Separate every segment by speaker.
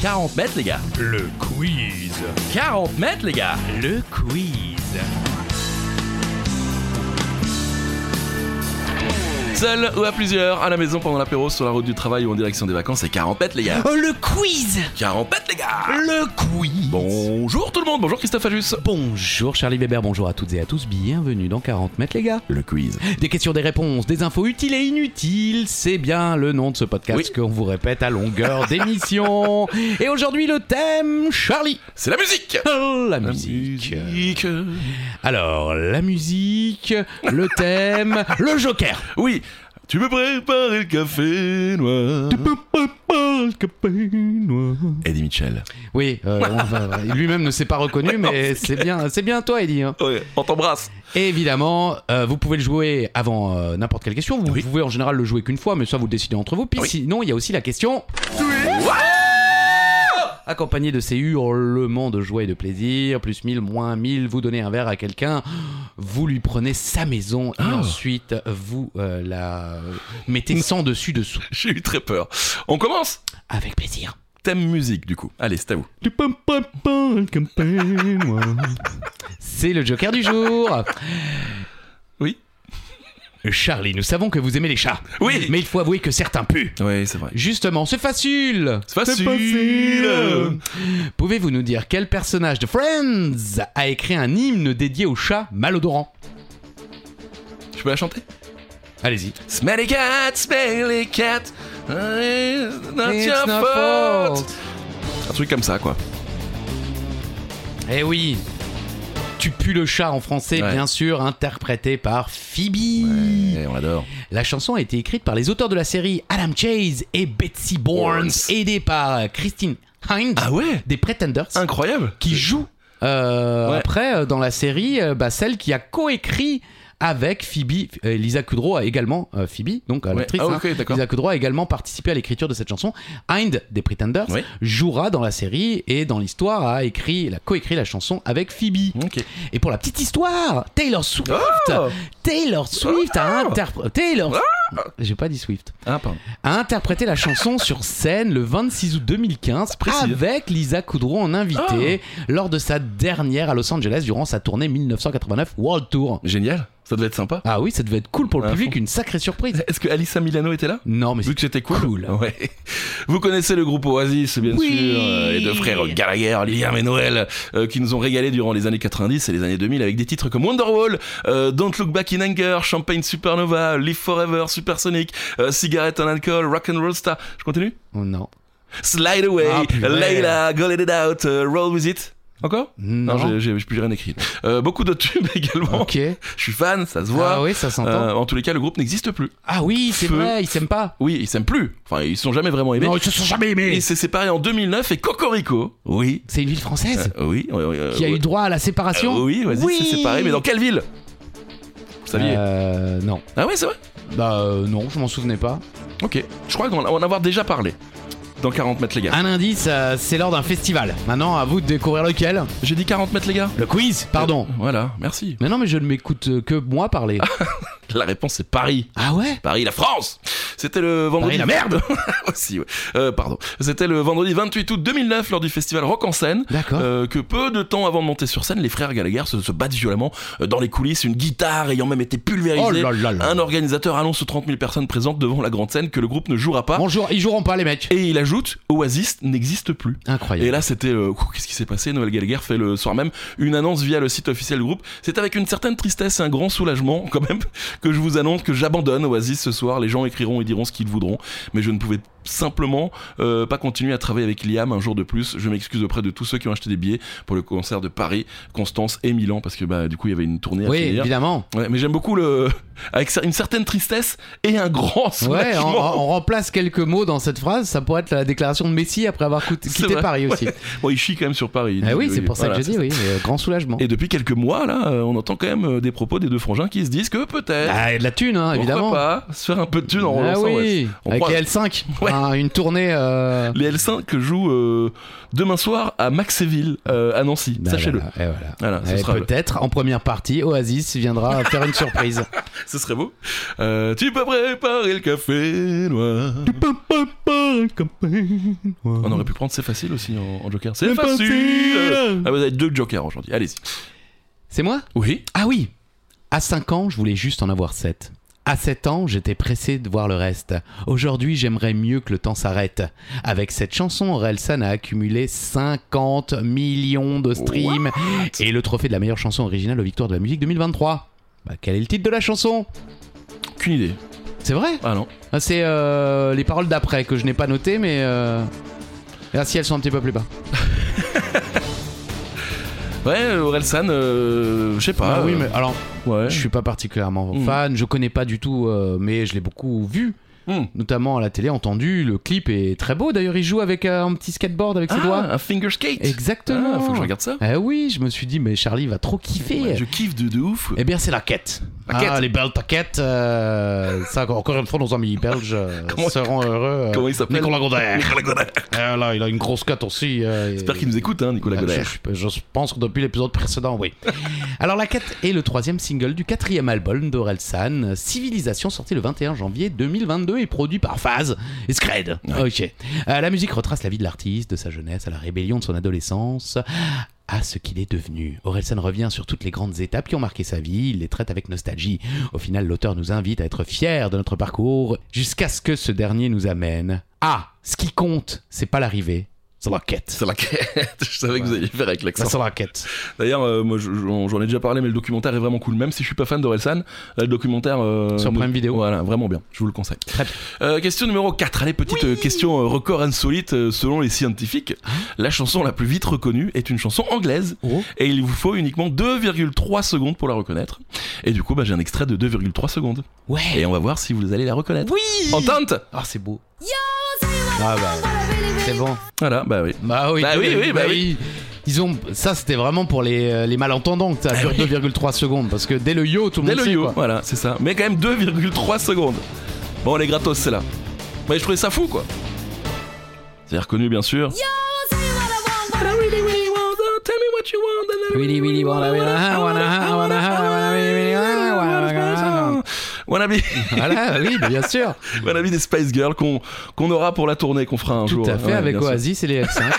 Speaker 1: 40 mètres, les gars.
Speaker 2: Le quiz.
Speaker 1: 40 mètres, les gars.
Speaker 2: Le quiz.
Speaker 1: Seul ou à plusieurs, à la maison pendant l'apéro, sur la route du travail ou en direction des vacances, c'est 40 mètres, les gars.
Speaker 2: Oh, le quiz.
Speaker 1: 40 mètres, les gars.
Speaker 2: Le quiz.
Speaker 1: Bonjour tout le monde, bonjour Christophe Ajus.
Speaker 2: Bonjour Charlie Weber, bonjour à toutes et à tous, bienvenue dans 40 mètres les gars.
Speaker 1: Le quiz.
Speaker 2: Des questions, des réponses, des infos utiles et inutiles, c'est bien le nom de ce podcast
Speaker 1: Oui.
Speaker 2: qu'on vous répète à longueur d'émission. et aujourd'hui le thème, Charlie,
Speaker 1: C'est la musique.
Speaker 2: Oh, la musique.
Speaker 1: musique.
Speaker 2: Alors, la musique, le thème, le joker.
Speaker 1: Oui, tu peux préparer le café noir. Eddie Mitchell.
Speaker 2: Oui, euh, on va- lui-même ne s'est pas reconnu, mais c'est bien, c'est bien toi, Eddie. hein.
Speaker 1: Ouais, on t'embrasse.
Speaker 2: Et évidemment, euh, vous pouvez le jouer avant euh, n'importe quelle question. Vous
Speaker 1: Oui.
Speaker 2: pouvez en général le jouer qu'une fois, mais ça vous le décidez entre vous. Puis
Speaker 1: Oui.
Speaker 2: sinon, il y a aussi la question. Accompagné de oh, ces hurlements de joie et de plaisir, plus 1000, moins 1000, vous donnez un verre à quelqu'un, vous lui prenez sa maison et
Speaker 1: Ah. Mm.
Speaker 2: ensuite vous euh, la mettez sans dessus dessous.
Speaker 1: J'ai eu très peur. On commence
Speaker 2: Avec plaisir.
Speaker 1: Thème musique, du coup. Allez, c'est à vous.
Speaker 2: C'est le joker du jour.
Speaker 1: Oui.
Speaker 2: Charlie, nous savons que vous aimez les chats.
Speaker 1: Oui.
Speaker 2: Mais il faut avouer que certains puent.
Speaker 1: Oui, c'est vrai.
Speaker 2: Justement, c'est facile
Speaker 1: C'est facile.
Speaker 2: Pouvez-vous nous dire quel personnage de Friends a écrit un hymne dédié au chat malodorant
Speaker 1: Je peux la chanter
Speaker 2: Allez-y.
Speaker 1: Smelly cat, smelly cat, it's not
Speaker 2: It's
Speaker 1: your
Speaker 2: not
Speaker 1: fault.
Speaker 2: fault.
Speaker 1: Un truc comme ça, quoi.
Speaker 2: Eh oui Tu pues le chat en français,
Speaker 1: Ouais.
Speaker 2: bien sûr, interprété par Phoebe.
Speaker 1: on adore.
Speaker 2: La chanson a été écrite par les auteurs de la série Adam Chase et Betsy Borns,
Speaker 1: Borns.
Speaker 2: aidés par Christine Hines
Speaker 1: Ah ouais
Speaker 2: des Pretenders,
Speaker 1: Incroyable
Speaker 2: qui joue euh,
Speaker 1: Ouais.
Speaker 2: après euh, dans la série euh, bah, celle qui a coécrit avec Phoebe. Euh, Lisa Kudrow a également, euh, Phoebe, donc euh,
Speaker 1: Ouais.
Speaker 2: l'actrice,
Speaker 1: Ah,
Speaker 2: hein,
Speaker 1: ok, d'accord.
Speaker 2: Lisa Kudrow a également participé à l'écriture de cette chanson. Hind des Pretenders
Speaker 1: Oui.
Speaker 2: jouera dans la série et dans l'histoire a écrit, elle a coécrit la chanson avec Phoebe.
Speaker 1: Ok.
Speaker 2: Et pour la petite histoire, Taylor Swift,
Speaker 1: Oh
Speaker 2: Taylor Swift a interprété Taylor. J'ai pas dit Swift.
Speaker 1: Ah, pardon.
Speaker 2: A interprété la chanson sur scène le 26 août 2015
Speaker 1: Précis. Oh.
Speaker 2: avec Lisa Kudrow en invité lors de sa dernière à Los Angeles durant sa tournée 1989 World Tour.
Speaker 1: Génial, ça devait être sympa.
Speaker 2: Ah oui, ça devait être cool pour le
Speaker 1: À
Speaker 2: public,
Speaker 1: fond.
Speaker 2: une sacrée surprise.
Speaker 1: Est-ce que Alissa Milano était là
Speaker 2: Non, mais
Speaker 1: Vu que c'était cool.
Speaker 2: Cool.
Speaker 1: Ouais. Vous connaissez le groupe Oasis, bien
Speaker 2: Oui.
Speaker 1: sûr, euh, et deux frères Gallagher, Liam et Noël, euh, qui nous ont régalé durant les années 90 et les années 2000 avec des titres comme Wonderwall, euh, Don't Look Back in Anger, Champagne Supernova, Live Forever, Supersonic, euh, Cigarette and Alcohol, Rock and Roll Star. Je continue
Speaker 2: Oh, non.
Speaker 1: Slide Away,
Speaker 2: Ah, purée.
Speaker 1: Layla, Go Let It Out, euh, Roll With It. Encore
Speaker 2: Non.
Speaker 1: j'ai- j'ai j'ai plus rien écrit. Euh, beaucoup de tubes également.
Speaker 2: Ok.
Speaker 1: Je suis fan, ça se voit.
Speaker 2: Ah oui, ça s'entend.
Speaker 1: Euh, en tous les cas, le groupe n'existe plus.
Speaker 2: ah oui, c'est
Speaker 1: feu.
Speaker 2: vrai, ils s'aiment pas.
Speaker 1: Oui, ils s'aiment plus. Enfin, ils se sont jamais vraiment aimés.
Speaker 2: non, ils se sont jamais
Speaker 1: Et
Speaker 2: aimés.
Speaker 1: il s'est séparé en 2009 et Cocorico. Oui.
Speaker 2: C'est une ville française
Speaker 1: oui. oui, oui, euh,
Speaker 2: qui a eu
Speaker 1: oui.
Speaker 2: droit à la séparation.
Speaker 1: Euh, oui, vas-y,
Speaker 2: Oui.
Speaker 1: c'est séparé. Mais dans quelle ville Vous saviez
Speaker 2: Euh, non.
Speaker 1: Ah ouais, c'est vrai
Speaker 2: Bah euh, non, je m'en souvenais pas.
Speaker 1: Ok. Je crois qu'on va en avoir déjà parlé. Dans 40 mètres, les gars.
Speaker 2: Un indice, euh, c'est lors d'un festival. Maintenant, à vous de découvrir lequel.
Speaker 1: J'ai dit 40 mètres, les gars
Speaker 2: Ah. Le quiz, pardon.
Speaker 1: Euh, Voilà, merci.
Speaker 2: Mais non, mais je ne m'écoute euh, que moi parler.
Speaker 1: La réponse, c'est Paris.
Speaker 2: Ah ouais
Speaker 1: Paris, la France C'était le vendredi...
Speaker 2: Paris, la merde
Speaker 1: Aussi, ouais. Euh, pardon. C'était le vendredi 28 août 2009 lors du festival Rock en scène.
Speaker 2: D'accord.
Speaker 1: Euh, que peu de temps avant de monter sur scène, les frères Gallagher se, se battent violemment euh, dans les coulisses, une guitare ayant même été
Speaker 2: oh
Speaker 1: pulvérisée.
Speaker 2: là là là.
Speaker 1: Un organisateur annonce aux 30 000 personnes présentes devant la grande scène que le groupe ne jouera pas.
Speaker 2: Bonjour, ils joueront pas les mecs.
Speaker 1: Et il ajoute Oasis n'existe plus. Et
Speaker 2: Incroyable.
Speaker 1: là, c'était. euh, ouh, Qu'est-ce qui s'est passé Noël Gallagher fait le soir même une annonce via le site officiel du groupe. C'est avec une certaine tristesse et un grand soulagement, quand même, que je vous annonce que j'abandonne Oasis ce soir. Les gens écriront et diront ce qu'ils voudront. Mais je ne pouvais simplement euh, pas continuer à travailler avec Liam un jour de plus. Je m'excuse auprès de tous ceux qui ont acheté des billets pour le concert de Paris, Constance et Milan, parce que bah, du coup, il y avait une tournée à
Speaker 2: Oui,
Speaker 1: finir.
Speaker 2: évidemment.
Speaker 1: Ouais, mais j'aime beaucoup le. avec cer- une certaine tristesse et un grand
Speaker 2: Ouais, on,
Speaker 1: soulagement.
Speaker 2: on remplace quelques mots dans cette phrase. Ça pourrait être la déclaration de Messi après avoir coûté-
Speaker 1: C'est
Speaker 2: quitté
Speaker 1: vrai.
Speaker 2: Paris aussi.
Speaker 1: Bon, il chie quand même sur Paris.
Speaker 2: Ah oui,
Speaker 1: Il-
Speaker 2: c'est pour ça
Speaker 1: voilà,
Speaker 2: que j'ai dit, oui. euh, grand soulagement.
Speaker 1: Et depuis quelques mois, là, euh, on entend quand même euh, des propos des deux frangins qui se disent que peut-être.
Speaker 2: Ah, et de la thune, hein,
Speaker 1: pourquoi
Speaker 2: évidemment.
Speaker 1: pas se faire un peu de thune en
Speaker 2: ah
Speaker 1: relançant ouais.
Speaker 2: oui,
Speaker 1: On
Speaker 2: avec
Speaker 1: croise-
Speaker 2: les L5,
Speaker 1: Ouais.
Speaker 2: hein, une tournée. euh,
Speaker 1: Les L5 que joue euh, demain soir à Maxéville, euh, à Nancy.
Speaker 2: bah,
Speaker 1: Sachez-le.
Speaker 2: voilà, et voilà.
Speaker 1: Voilà, ce
Speaker 2: Et
Speaker 1: sera le-
Speaker 2: peut-être en première partie, Oasis viendra faire une surprise.
Speaker 1: Ce serait beau. Euh, tu peux préparer le café noir.
Speaker 2: Tu peux pas parler un copain.
Speaker 1: On aurait pu prendre C'est facile aussi en, en Joker. C'est
Speaker 2: C'est
Speaker 1: facile
Speaker 2: facile.
Speaker 1: Ah, vous avez deux Jokers aujourd'hui, allez-y.
Speaker 2: C'est moi
Speaker 1: Oui.
Speaker 2: Ah oui À 5 ans, je voulais juste en avoir 7. À 7 ans, j'étais pressé de voir le reste. Aujourd'hui, j'aimerais mieux que le temps s'arrête. Avec cette chanson, Orelsan a accumulé 50 millions de streams et le trophée de la meilleure chanson originale aux victoires de la musique 2023. Bah, quel est le titre de la chanson
Speaker 1: Aucune idée.
Speaker 2: C'est vrai
Speaker 1: Ah non.
Speaker 2: Ah, C'est euh, les paroles d'après que je n'ai pas notées, mais... Euh... Ah si, elles sont un petit peu plus bas.
Speaker 1: Ouais, Orelsan, euh, je sais pas.
Speaker 2: Ah oui,
Speaker 1: euh,
Speaker 2: mais alors,
Speaker 1: Ouais.
Speaker 2: je suis pas particulièrement
Speaker 1: Mm.
Speaker 2: fan, je connais pas du tout, euh, mais je l'ai beaucoup vu.
Speaker 1: Hmm.
Speaker 2: notamment à la télé, entendu. Le clip est très beau. D'ailleurs, il joue avec euh, un petit skateboard avec ses
Speaker 1: Ah,
Speaker 2: doigts.
Speaker 1: un finger skate
Speaker 2: Exactement.
Speaker 1: Ah, faut que je regarde ça.
Speaker 2: Eh oui, je me suis dit, mais Charlie va trop kiffer.
Speaker 1: Ouais, je kiffe de, de ouf.
Speaker 2: Eh bien, c'est la quête.
Speaker 1: La quête.
Speaker 2: Ah, les belles paquettes. euh, ça, encore une fois, nos amis belges euh,
Speaker 1: Comment-
Speaker 2: seront heureux. euh,
Speaker 1: Comment il s'appelle
Speaker 2: Nicolas Godet.
Speaker 1: Nicolas Godin.
Speaker 2: Eh là, il a une grosse quête aussi. euh, et- Ah,
Speaker 1: J'espère qu'il nous écoute, hein, Nicolas Godin.
Speaker 2: je, je- je pense que depuis l'épisode précédent, oui. Alors, La Quête est le troisième single du quatrième album d'Orelsan, Civilisation, sorti le 21 janvier 2022 et produit par Phase et Scred. Ok. Euh, la musique retrace la vie de l'artiste, de sa jeunesse à la rébellion de son adolescence. À ce qu'il est devenu. Orelsan revient sur toutes les grandes étapes qui ont marqué sa vie, il les traite avec nostalgie. Au final, l'auteur nous invite à être fiers de notre parcours jusqu'à ce que ce dernier nous amène. Ah, ce qui compte, c'est pas l'arrivée, c'est la quête.
Speaker 1: C'est la quête. Je savais que vous alliez faire avec l'accent.
Speaker 2: Ça, c'est la quête.
Speaker 1: Ah, D'ailleurs, euh, moi, je- j'en j'en ai déjà parlé, mais le documentaire est vraiment cool. Même si je suis pas fan d'Orelsan, euh, le documentaire. euh,
Speaker 2: Sur Prime
Speaker 1: nous-
Speaker 2: Video.
Speaker 1: Voilà, vraiment bien. Je vous le conseille.
Speaker 2: Très bien.
Speaker 1: Euh, question numéro 4. Allez, petite euh, question euh, record insolite euh, selon les scientifiques. La chanson la plus vite reconnue est une chanson anglaise
Speaker 2: Oh.
Speaker 1: et il vous faut uniquement 2,3 secondes pour la reconnaître. Et du coup, bah, j'ai un extrait de 2,3 secondes.
Speaker 2: Ouais.
Speaker 1: Et on va voir si vous allez la reconnaître.
Speaker 2: Oui.
Speaker 1: En teinte
Speaker 2: Ah, c'est beau. Ah bah, c'est bon.
Speaker 1: Voilà, bah oui.
Speaker 2: Bah oui.
Speaker 1: Bah oui, oui, bah oui.
Speaker 2: Ils ont ça, c'était vraiment pour les, euh, les malentendants que ça dure 2,3 secondes parce que dès le yo, tout le
Speaker 1: Dès
Speaker 2: monde
Speaker 1: le
Speaker 2: sait
Speaker 1: yo,
Speaker 2: quoi.
Speaker 1: voilà, c'est ça. Mais quand même 2,3 secondes. Bon, les gratos, c'est là. Mais je trouvais ça fou, quoi. C'est reconnu, bien sûr.
Speaker 2: Really, really wanna, wanna, wanna, wanna, wanna,
Speaker 1: Wannabe,
Speaker 2: Voilà, oui, bah, bien sûr.
Speaker 1: wannabe des Spice Girls qu'on qu'on aura pour la tournée qu'on fera un
Speaker 2: Tout
Speaker 1: jour.
Speaker 2: à fait
Speaker 1: Ouais,
Speaker 2: avec
Speaker 1: bien sûr.
Speaker 2: Oasis et les F5.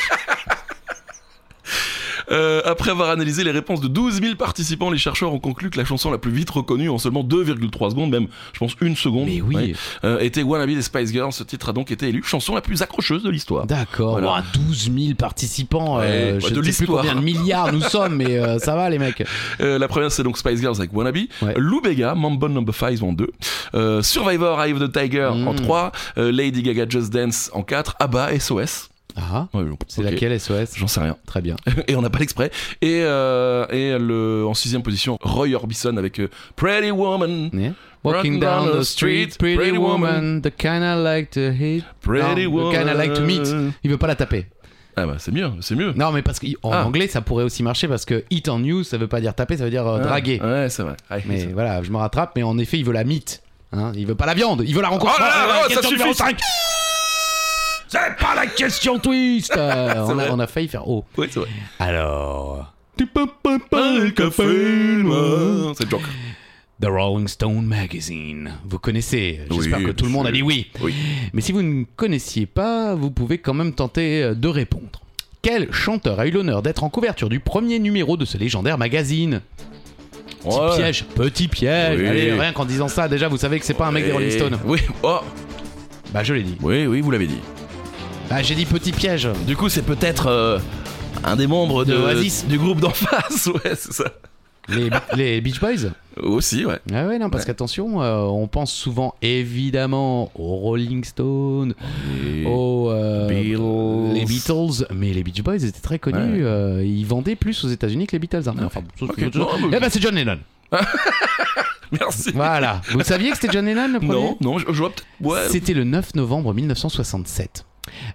Speaker 1: Euh, après avoir analysé les réponses de 12 000 participants, les chercheurs ont conclu que la chanson la plus vite reconnue en seulement 2,3 secondes, même je pense une seconde,
Speaker 2: Mais oui.
Speaker 1: ouais, euh, était Wannabe des Spice Girls. Ce titre a donc été élu chanson la plus accrocheuse de l'histoire.
Speaker 2: D'accord.
Speaker 1: Voilà.
Speaker 2: Ouah, 12 000 participants. euh,
Speaker 1: Ouais,
Speaker 2: je
Speaker 1: ouais, de
Speaker 2: ne sais plus
Speaker 1: l'histoire.
Speaker 2: combien de milliards nous sommes, mais euh, ça va les mecs.
Speaker 1: Euh, la première, c'est donc Spice Girls avec Wannabe.
Speaker 2: Ouais.
Speaker 1: Lou Bega, Mambo Number 5 en 2. Survivor, Eye of the Tiger en
Speaker 2: Mm.
Speaker 1: 3. Lady Gaga, Just Dance en 4. ABBA, SOS.
Speaker 2: Ah,
Speaker 1: Ouais, bon,
Speaker 2: c'est
Speaker 1: ok.
Speaker 2: laquelle SOS
Speaker 1: J'en sais rien.
Speaker 2: Très bien.
Speaker 1: Et on n'a pas l'exprès. Et, euh, et le, en sixième position, Roy Orbison avec euh, Pretty Woman.
Speaker 2: Yeah. Walking down the street, pretty woman, the kind I like to hit.
Speaker 1: Pretty
Speaker 2: Non,
Speaker 1: Woman.
Speaker 2: the kind I like to meet. Il veut pas la taper.
Speaker 1: Ah bah c'est mieux, c'est mieux.
Speaker 2: Non, mais parce qu'en
Speaker 1: Ah.
Speaker 2: anglais, ça pourrait aussi marcher parce que hit on you, ça veut pas dire taper, ça veut dire euh,
Speaker 1: Ah,
Speaker 2: draguer.
Speaker 1: Ouais, c'est vrai. Ouais,
Speaker 2: mais
Speaker 1: c'est vrai.
Speaker 2: voilà, je me rattrape, mais en effet, il veut la mythe. Hein, il veut pas la viande, il veut la rencontre.
Speaker 1: Oh là là,
Speaker 2: Ah,
Speaker 1: oh,
Speaker 2: question
Speaker 1: ça
Speaker 2: numéro
Speaker 1: suffit.
Speaker 2: cinq. C'est pas la question twist Euh, on,
Speaker 1: vrai.
Speaker 2: a, on a failli faire haut.
Speaker 1: Ouais, c'est vrai.
Speaker 2: Alors.
Speaker 1: C'est le Joker.
Speaker 2: The Rolling Stone Magazine. Vous connaissez, j'espère
Speaker 1: Oui,
Speaker 2: que tout le monde a dit
Speaker 1: monsieur.
Speaker 2: oui.
Speaker 1: Oui.
Speaker 2: Mais si vous ne connaissiez pas, vous pouvez quand même tenter euh, de répondre. Quel chanteur a eu l'honneur d'être en couverture du premier numéro de ce légendaire magazine Petit
Speaker 1: Ouais.
Speaker 2: piège, petit piège.
Speaker 1: Oui.
Speaker 2: Allez, rien qu'en disant ça, déjà vous savez que c'est pas un mec des Rolling Stones.
Speaker 1: Oui, oh,
Speaker 2: Bah je l'ai dit.
Speaker 1: oui, oui, vous l'avez dit.
Speaker 2: Bah j'ai dit petit piège.
Speaker 1: Du coup, c'est peut-être euh, un des membres de,
Speaker 2: De Oasis.
Speaker 1: du groupe d'en face, ouais, c'est ça.
Speaker 2: Les, les Beach Boys
Speaker 1: Aussi, ouais.
Speaker 2: Ah ouais, non, parce qu'attention, euh, on pense souvent évidemment aux Rolling Stones,
Speaker 1: Oh,
Speaker 2: aux euh,
Speaker 1: Beatles.
Speaker 2: les Beatles, mais les Beach Boys étaient très connus. euh, ils vendaient plus aux États-Unis que les Beatles. hein. Enfin, sauf que-
Speaker 1: Ok. bah Non, mais-
Speaker 2: Eh ben, c'est John Lennon.
Speaker 1: Merci.
Speaker 2: Voilà. Vous saviez que c'était John Lennon le premier
Speaker 1: Non, non, je, je vois peut-être. Ouais.
Speaker 2: C'était le 9 novembre 1967.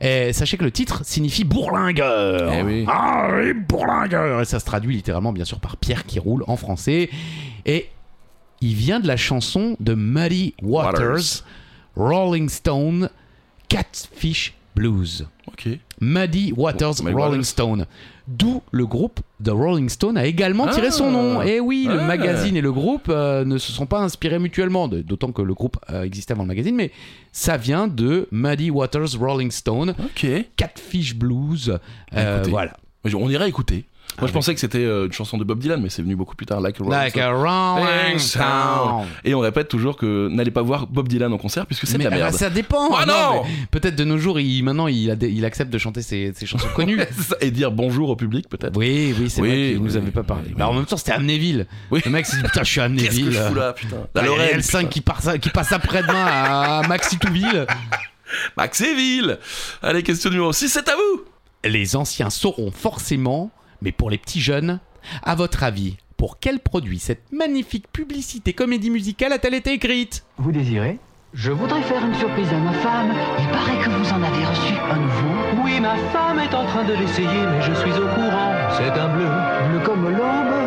Speaker 2: Et sachez que le titre signifie bourlingueur.
Speaker 1: Eh oui.
Speaker 2: Ah oui, bourlingueur. Et ça se traduit littéralement, bien sûr, par pierre qui roule en français. Et il vient de la chanson de Muddy Waters,
Speaker 1: Waters.
Speaker 2: Rolling Stone, Catfish Blues.
Speaker 1: Ok.
Speaker 2: Muddy Waters
Speaker 1: Oh, mais voilà.
Speaker 2: Rolling Stone. D'où le groupe The Rolling Stone a également tiré son nom.
Speaker 1: Ah.
Speaker 2: Et oui, le
Speaker 1: Ah.
Speaker 2: magazine et le groupe euh, ne se sont pas inspirés mutuellement, de- d'autant que le groupe euh, existait avant le magazine, mais ça vient de Muddy Waters Rolling Stone,
Speaker 1: Ok.
Speaker 2: Catfish Blues. euh,
Speaker 1: Écoutez.
Speaker 2: voilà.
Speaker 1: On ira écouter. Moi,
Speaker 2: Ah,
Speaker 1: je pensais que c'était euh, une chanson de Bob Dylan, mais c'est venu beaucoup plus tard, Like a Rolling
Speaker 2: Like
Speaker 1: Stone.
Speaker 2: a Rolling Stone.
Speaker 1: Et on répète toujours que n'allez pas voir Bob Dylan en concert puisque c'est de
Speaker 2: Mais
Speaker 1: la
Speaker 2: ah bah,
Speaker 1: merde.
Speaker 2: ça dépend.
Speaker 1: Ah non
Speaker 2: mais Peut-être de nos jours, il, maintenant, il, a des- il accepte de chanter ses, ses chansons connues.
Speaker 1: Et dire bonjour au public peut-être.
Speaker 2: Oui, oui, c'est
Speaker 1: Oui,
Speaker 2: vrai qu'il
Speaker 1: oui,
Speaker 2: nous avait
Speaker 1: oui,
Speaker 2: pas parlé.
Speaker 1: oui,
Speaker 2: Bah, en même temps, c'était Amnéville.
Speaker 1: Oui.
Speaker 2: Le mec s'est dit Putain, je suis à
Speaker 1: Qu'est-ce
Speaker 2: Amnéville.
Speaker 1: que je fous là, putain
Speaker 2: Ah,
Speaker 1: La
Speaker 2: il y a
Speaker 1: Lorraine,
Speaker 2: L5 qui, part- qui passe après-demain à Maxi Touville.
Speaker 1: putain. Maxéville Allez, question numéro 6, c'est à vous
Speaker 2: Les anciens sauront forcément, mais pour les petits jeunes, à votre avis, pour quel produit cette magnifique publicité comédie musicale a-t-elle été écrite
Speaker 3: Vous désirez
Speaker 4: Je voudrais faire une surprise à ma femme. Il paraît que vous en avez reçu un nouveau.
Speaker 3: Oui, ma femme est en train de l'essayer, mais je suis au courant. C'est un bleu, bleu comme l'aube.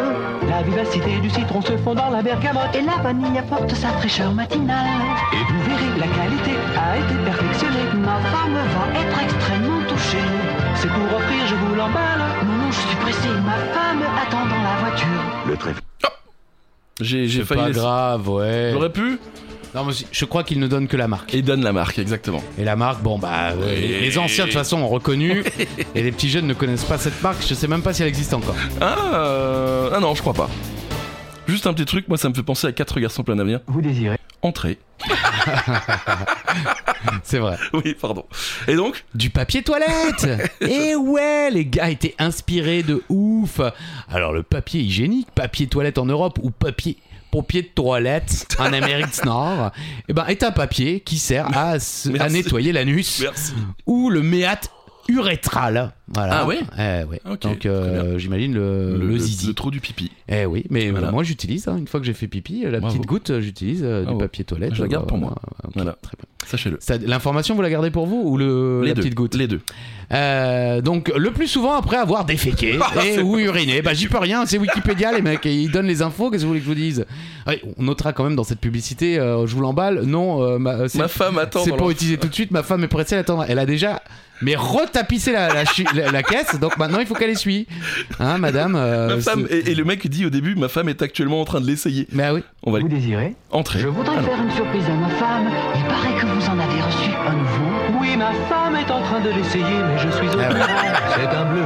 Speaker 3: La vivacité du citron se fond dans la bergamote.
Speaker 4: Et la vanille apporte sa fraîcheur matinale.
Speaker 3: Et vous verrez, la qualité a été perfectionnée.
Speaker 4: Ma femme va être extrêmement touchée.
Speaker 3: C'est pour offrir, je vous l'emballe.
Speaker 4: Non, non, je suis pressée. Ma femme attend dans la voiture.
Speaker 1: J'ai j'ai
Speaker 2: C'est
Speaker 1: failli.
Speaker 2: pas
Speaker 1: laisser-
Speaker 2: grave, ouais.
Speaker 1: J'aurais pu
Speaker 2: Non, mais je- je crois qu'il ne donne que la marque.
Speaker 1: Et donne la marque, exactement.
Speaker 2: Et la marque, bon bah euh,
Speaker 1: Oui.
Speaker 2: les anciens de toute façon ont reconnu et les petits jeunes ne connaissent pas cette marque, je sais même pas si elle existe encore.
Speaker 1: Ah, euh, ah non, je crois pas. Juste un petit truc, moi ça me fait penser à 4 garçons plein d'avenir.
Speaker 3: Vous désirez
Speaker 1: Entrée.
Speaker 2: C'est vrai.
Speaker 1: Oui, pardon. Et donc
Speaker 2: Du papier toilette Et ouais, les gars étaient inspirés de ouf Alors le papier hygiénique, papier toilette en Europe ou papier pompier de toilette en Amérique du Nord, eh ben, est un papier qui sert à, se- à
Speaker 1: Merci.
Speaker 2: nettoyer l'anus
Speaker 1: Merci.
Speaker 2: ou le méate urétral. Voilà.
Speaker 1: Ah ouais
Speaker 2: Eh ouais.
Speaker 1: Ok,
Speaker 2: Donc euh,
Speaker 1: très
Speaker 2: j'imagine le, le zizi.
Speaker 1: le trou du pipi.
Speaker 2: Eh oui, mais
Speaker 1: Voilà.
Speaker 2: euh, moi j'utilise, hein, une fois que j'ai fait pipi, euh, la
Speaker 1: Bravo.
Speaker 2: petite goutte, euh, j'utilise euh,
Speaker 1: Bravo.
Speaker 2: du papier toilette.
Speaker 1: Je la garde
Speaker 2: Euh,
Speaker 1: pour moi.
Speaker 2: euh, ok,
Speaker 1: Voilà.
Speaker 2: très bien.
Speaker 1: Sachez-le.
Speaker 2: Ça- L'information, vous la gardez pour vous ou le,
Speaker 1: les
Speaker 2: la
Speaker 1: deux.
Speaker 2: petite goutte
Speaker 1: Les deux.
Speaker 2: Euh, Donc, le plus souvent après avoir déféqué
Speaker 1: Ah,
Speaker 2: et ou uriné, bah j'y peux rien, c'est Wikipédia les mecs, et ils donnent les infos, qu'est-ce que vous voulez que je vous dise Ouais, On notera quand même dans cette publicité, euh, je vous l'emballe, non, euh, ma- euh, c'est
Speaker 1: Ma femme attend.
Speaker 2: c'est
Speaker 1: dans
Speaker 2: pour
Speaker 1: la-
Speaker 2: utiliser tout de suite, ma femme est pressée, attends, elle a déjà mais retapissé la, la, chi- la- la caisse, donc maintenant il faut qu'elle essuie. Hein, madame euh,
Speaker 1: Ma femme,
Speaker 2: c'est-
Speaker 1: et, et le mec dit au début, ma femme est actuellement en train de l'essayer.
Speaker 2: Bah oui.
Speaker 1: On va
Speaker 3: Vous désirez
Speaker 1: entrer.
Speaker 4: Je voudrais faire une surprise à ma femme. Il paraît que vous en avez reçu un nouveau.
Speaker 3: Oui, ma femme est en train de l'essayer, mais je suis au
Speaker 2: Ah ouais.
Speaker 3: courant. C'est un bleu,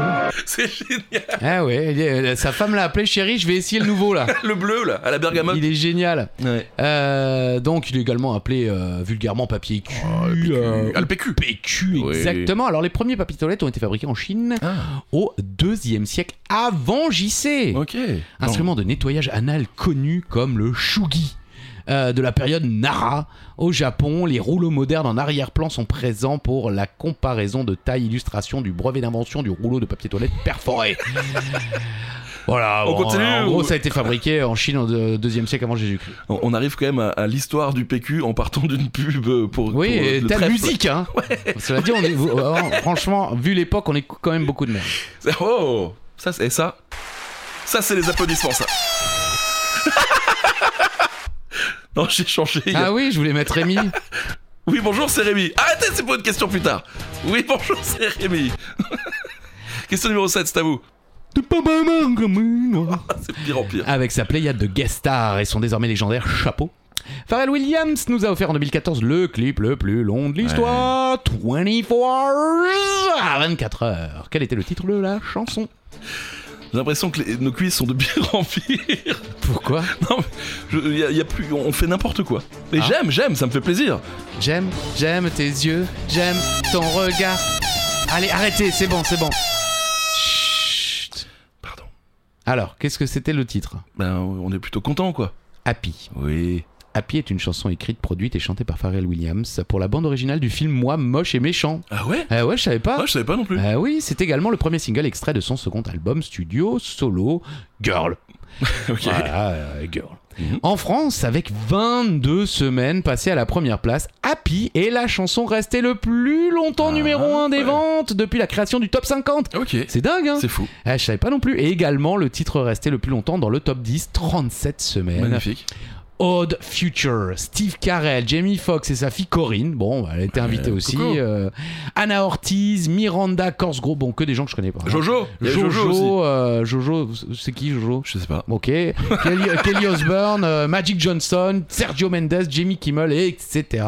Speaker 1: C'est génial.
Speaker 2: Ah ouais, elle est- elle- sa femme l'a appelé chérie, je vais essayer le nouveau là.
Speaker 1: Le bleu là, à la bergamote.
Speaker 2: Il est génial.
Speaker 1: Ouais.
Speaker 2: Euh, donc il est également appelé euh, vulgairement papier cul. euh,
Speaker 1: Ah, le PQ.
Speaker 2: PQ,
Speaker 1: Oui.
Speaker 2: exactement. Alors les premiers papiers toilettes ont été fabriqués en Chine
Speaker 1: Ah,
Speaker 2: au deuxième siècle avant JC.
Speaker 1: ok.
Speaker 2: Instrument de nettoyage anal connu comme le shugi. euh, de la période Nara. Au Japon, les rouleaux modernes en arrière-plan sont présents pour la comparaison de taille illustration du brevet d'invention du rouleau de papier toilette perforé. voilà,
Speaker 1: On
Speaker 2: bon,
Speaker 1: continue
Speaker 2: en gros,
Speaker 1: ou-
Speaker 2: ça a été fabriqué en Chine au 2 deuxième siècle avant Jésus-Christ.
Speaker 1: On, on arrive quand même à, à l'histoire du PQ en partant d'une pub euh, pour.
Speaker 2: Oui,
Speaker 1: pour, euh,
Speaker 2: et
Speaker 1: le
Speaker 2: telle
Speaker 1: trèfle.
Speaker 2: musique, hein Cela dit, on est, vous- euh, franchement, vu l'époque, on écoute quand même beaucoup de merde.
Speaker 1: Oh ça, c'est- Et ça Ça, c'est les applaudissements, ça. non, j'ai changé. il y a-
Speaker 2: Ah oui, je voulais mettre Rémi.
Speaker 1: Oui, bonjour, c'est Rémi. Arrêtez, c'est pour une question plus tard. Oui, bonjour, c'est Rémi. question numéro 7, c'est à vous. Ah, c'est pire en pire.
Speaker 2: Avec sa pléiade de guest stars et son désormais légendaire chapeau, Pharrell Williams nous a offert en 2014 le clip le plus long de l'histoire 24 Hours à 24 heures. Quel était le titre de la chanson
Speaker 1: J'ai l'impression que les- nos cuisses sont de pire en pire.
Speaker 2: Pourquoi
Speaker 1: Non, mais je- y a, y a plus, on fait n'importe quoi. Et
Speaker 2: Ah.
Speaker 1: j'aime, j'aime, ça me fait plaisir.
Speaker 2: J'aime, j'aime tes yeux, j'aime ton regard. Allez, arrêtez, c'est bon, c'est bon. Chut.
Speaker 1: Pardon.
Speaker 2: Alors, qu'est-ce que c'était le titre
Speaker 1: Ben, on est plutôt content, quoi.
Speaker 2: Happy.
Speaker 1: Oui.
Speaker 2: Happy est une chanson écrite, produite et chantée par Pharrell Williams pour la bande originale du film Moi, moche et méchant.
Speaker 1: Ah ouais
Speaker 2: Ah ouais, je savais pas.
Speaker 1: Ah, je savais pas non plus.
Speaker 2: Ah oui, c'est également le premier single extrait de son second album studio solo Girl.
Speaker 1: Ok.
Speaker 2: Voilà, euh, Girl.
Speaker 1: Mhm.
Speaker 2: En France, avec 22 semaines passées à la première place, Happy est la chanson restée le plus longtemps
Speaker 1: Ah,
Speaker 2: numéro 1 des
Speaker 1: ouais.
Speaker 2: ventes depuis la création du top 50.
Speaker 1: Ok.
Speaker 2: C'est dingue, hein
Speaker 1: C'est fou.
Speaker 2: Ah, Je savais pas non plus. Et également, le titre resté le plus longtemps dans le top 10, 37 semaines.
Speaker 1: Magnifique.
Speaker 2: Odd Future, Steve Carell, Jamie Foxx et sa fille Corinne. Bon, bah, elle était invitée aussi.
Speaker 1: coucou.
Speaker 2: euh, Anna Ortiz, Miranda Korsgro, bon, que des gens que je connais pas. hein.
Speaker 1: Jojo Il y a
Speaker 2: Jojo,
Speaker 1: Jojo aussi.
Speaker 2: euh, Jojo, c'est qui Jojo
Speaker 1: Je sais pas.
Speaker 2: Ok. Kelly, Kelly Osbourne, euh, Magic Johnson, Sergio Mendes, Jimmy Kimmel, etc.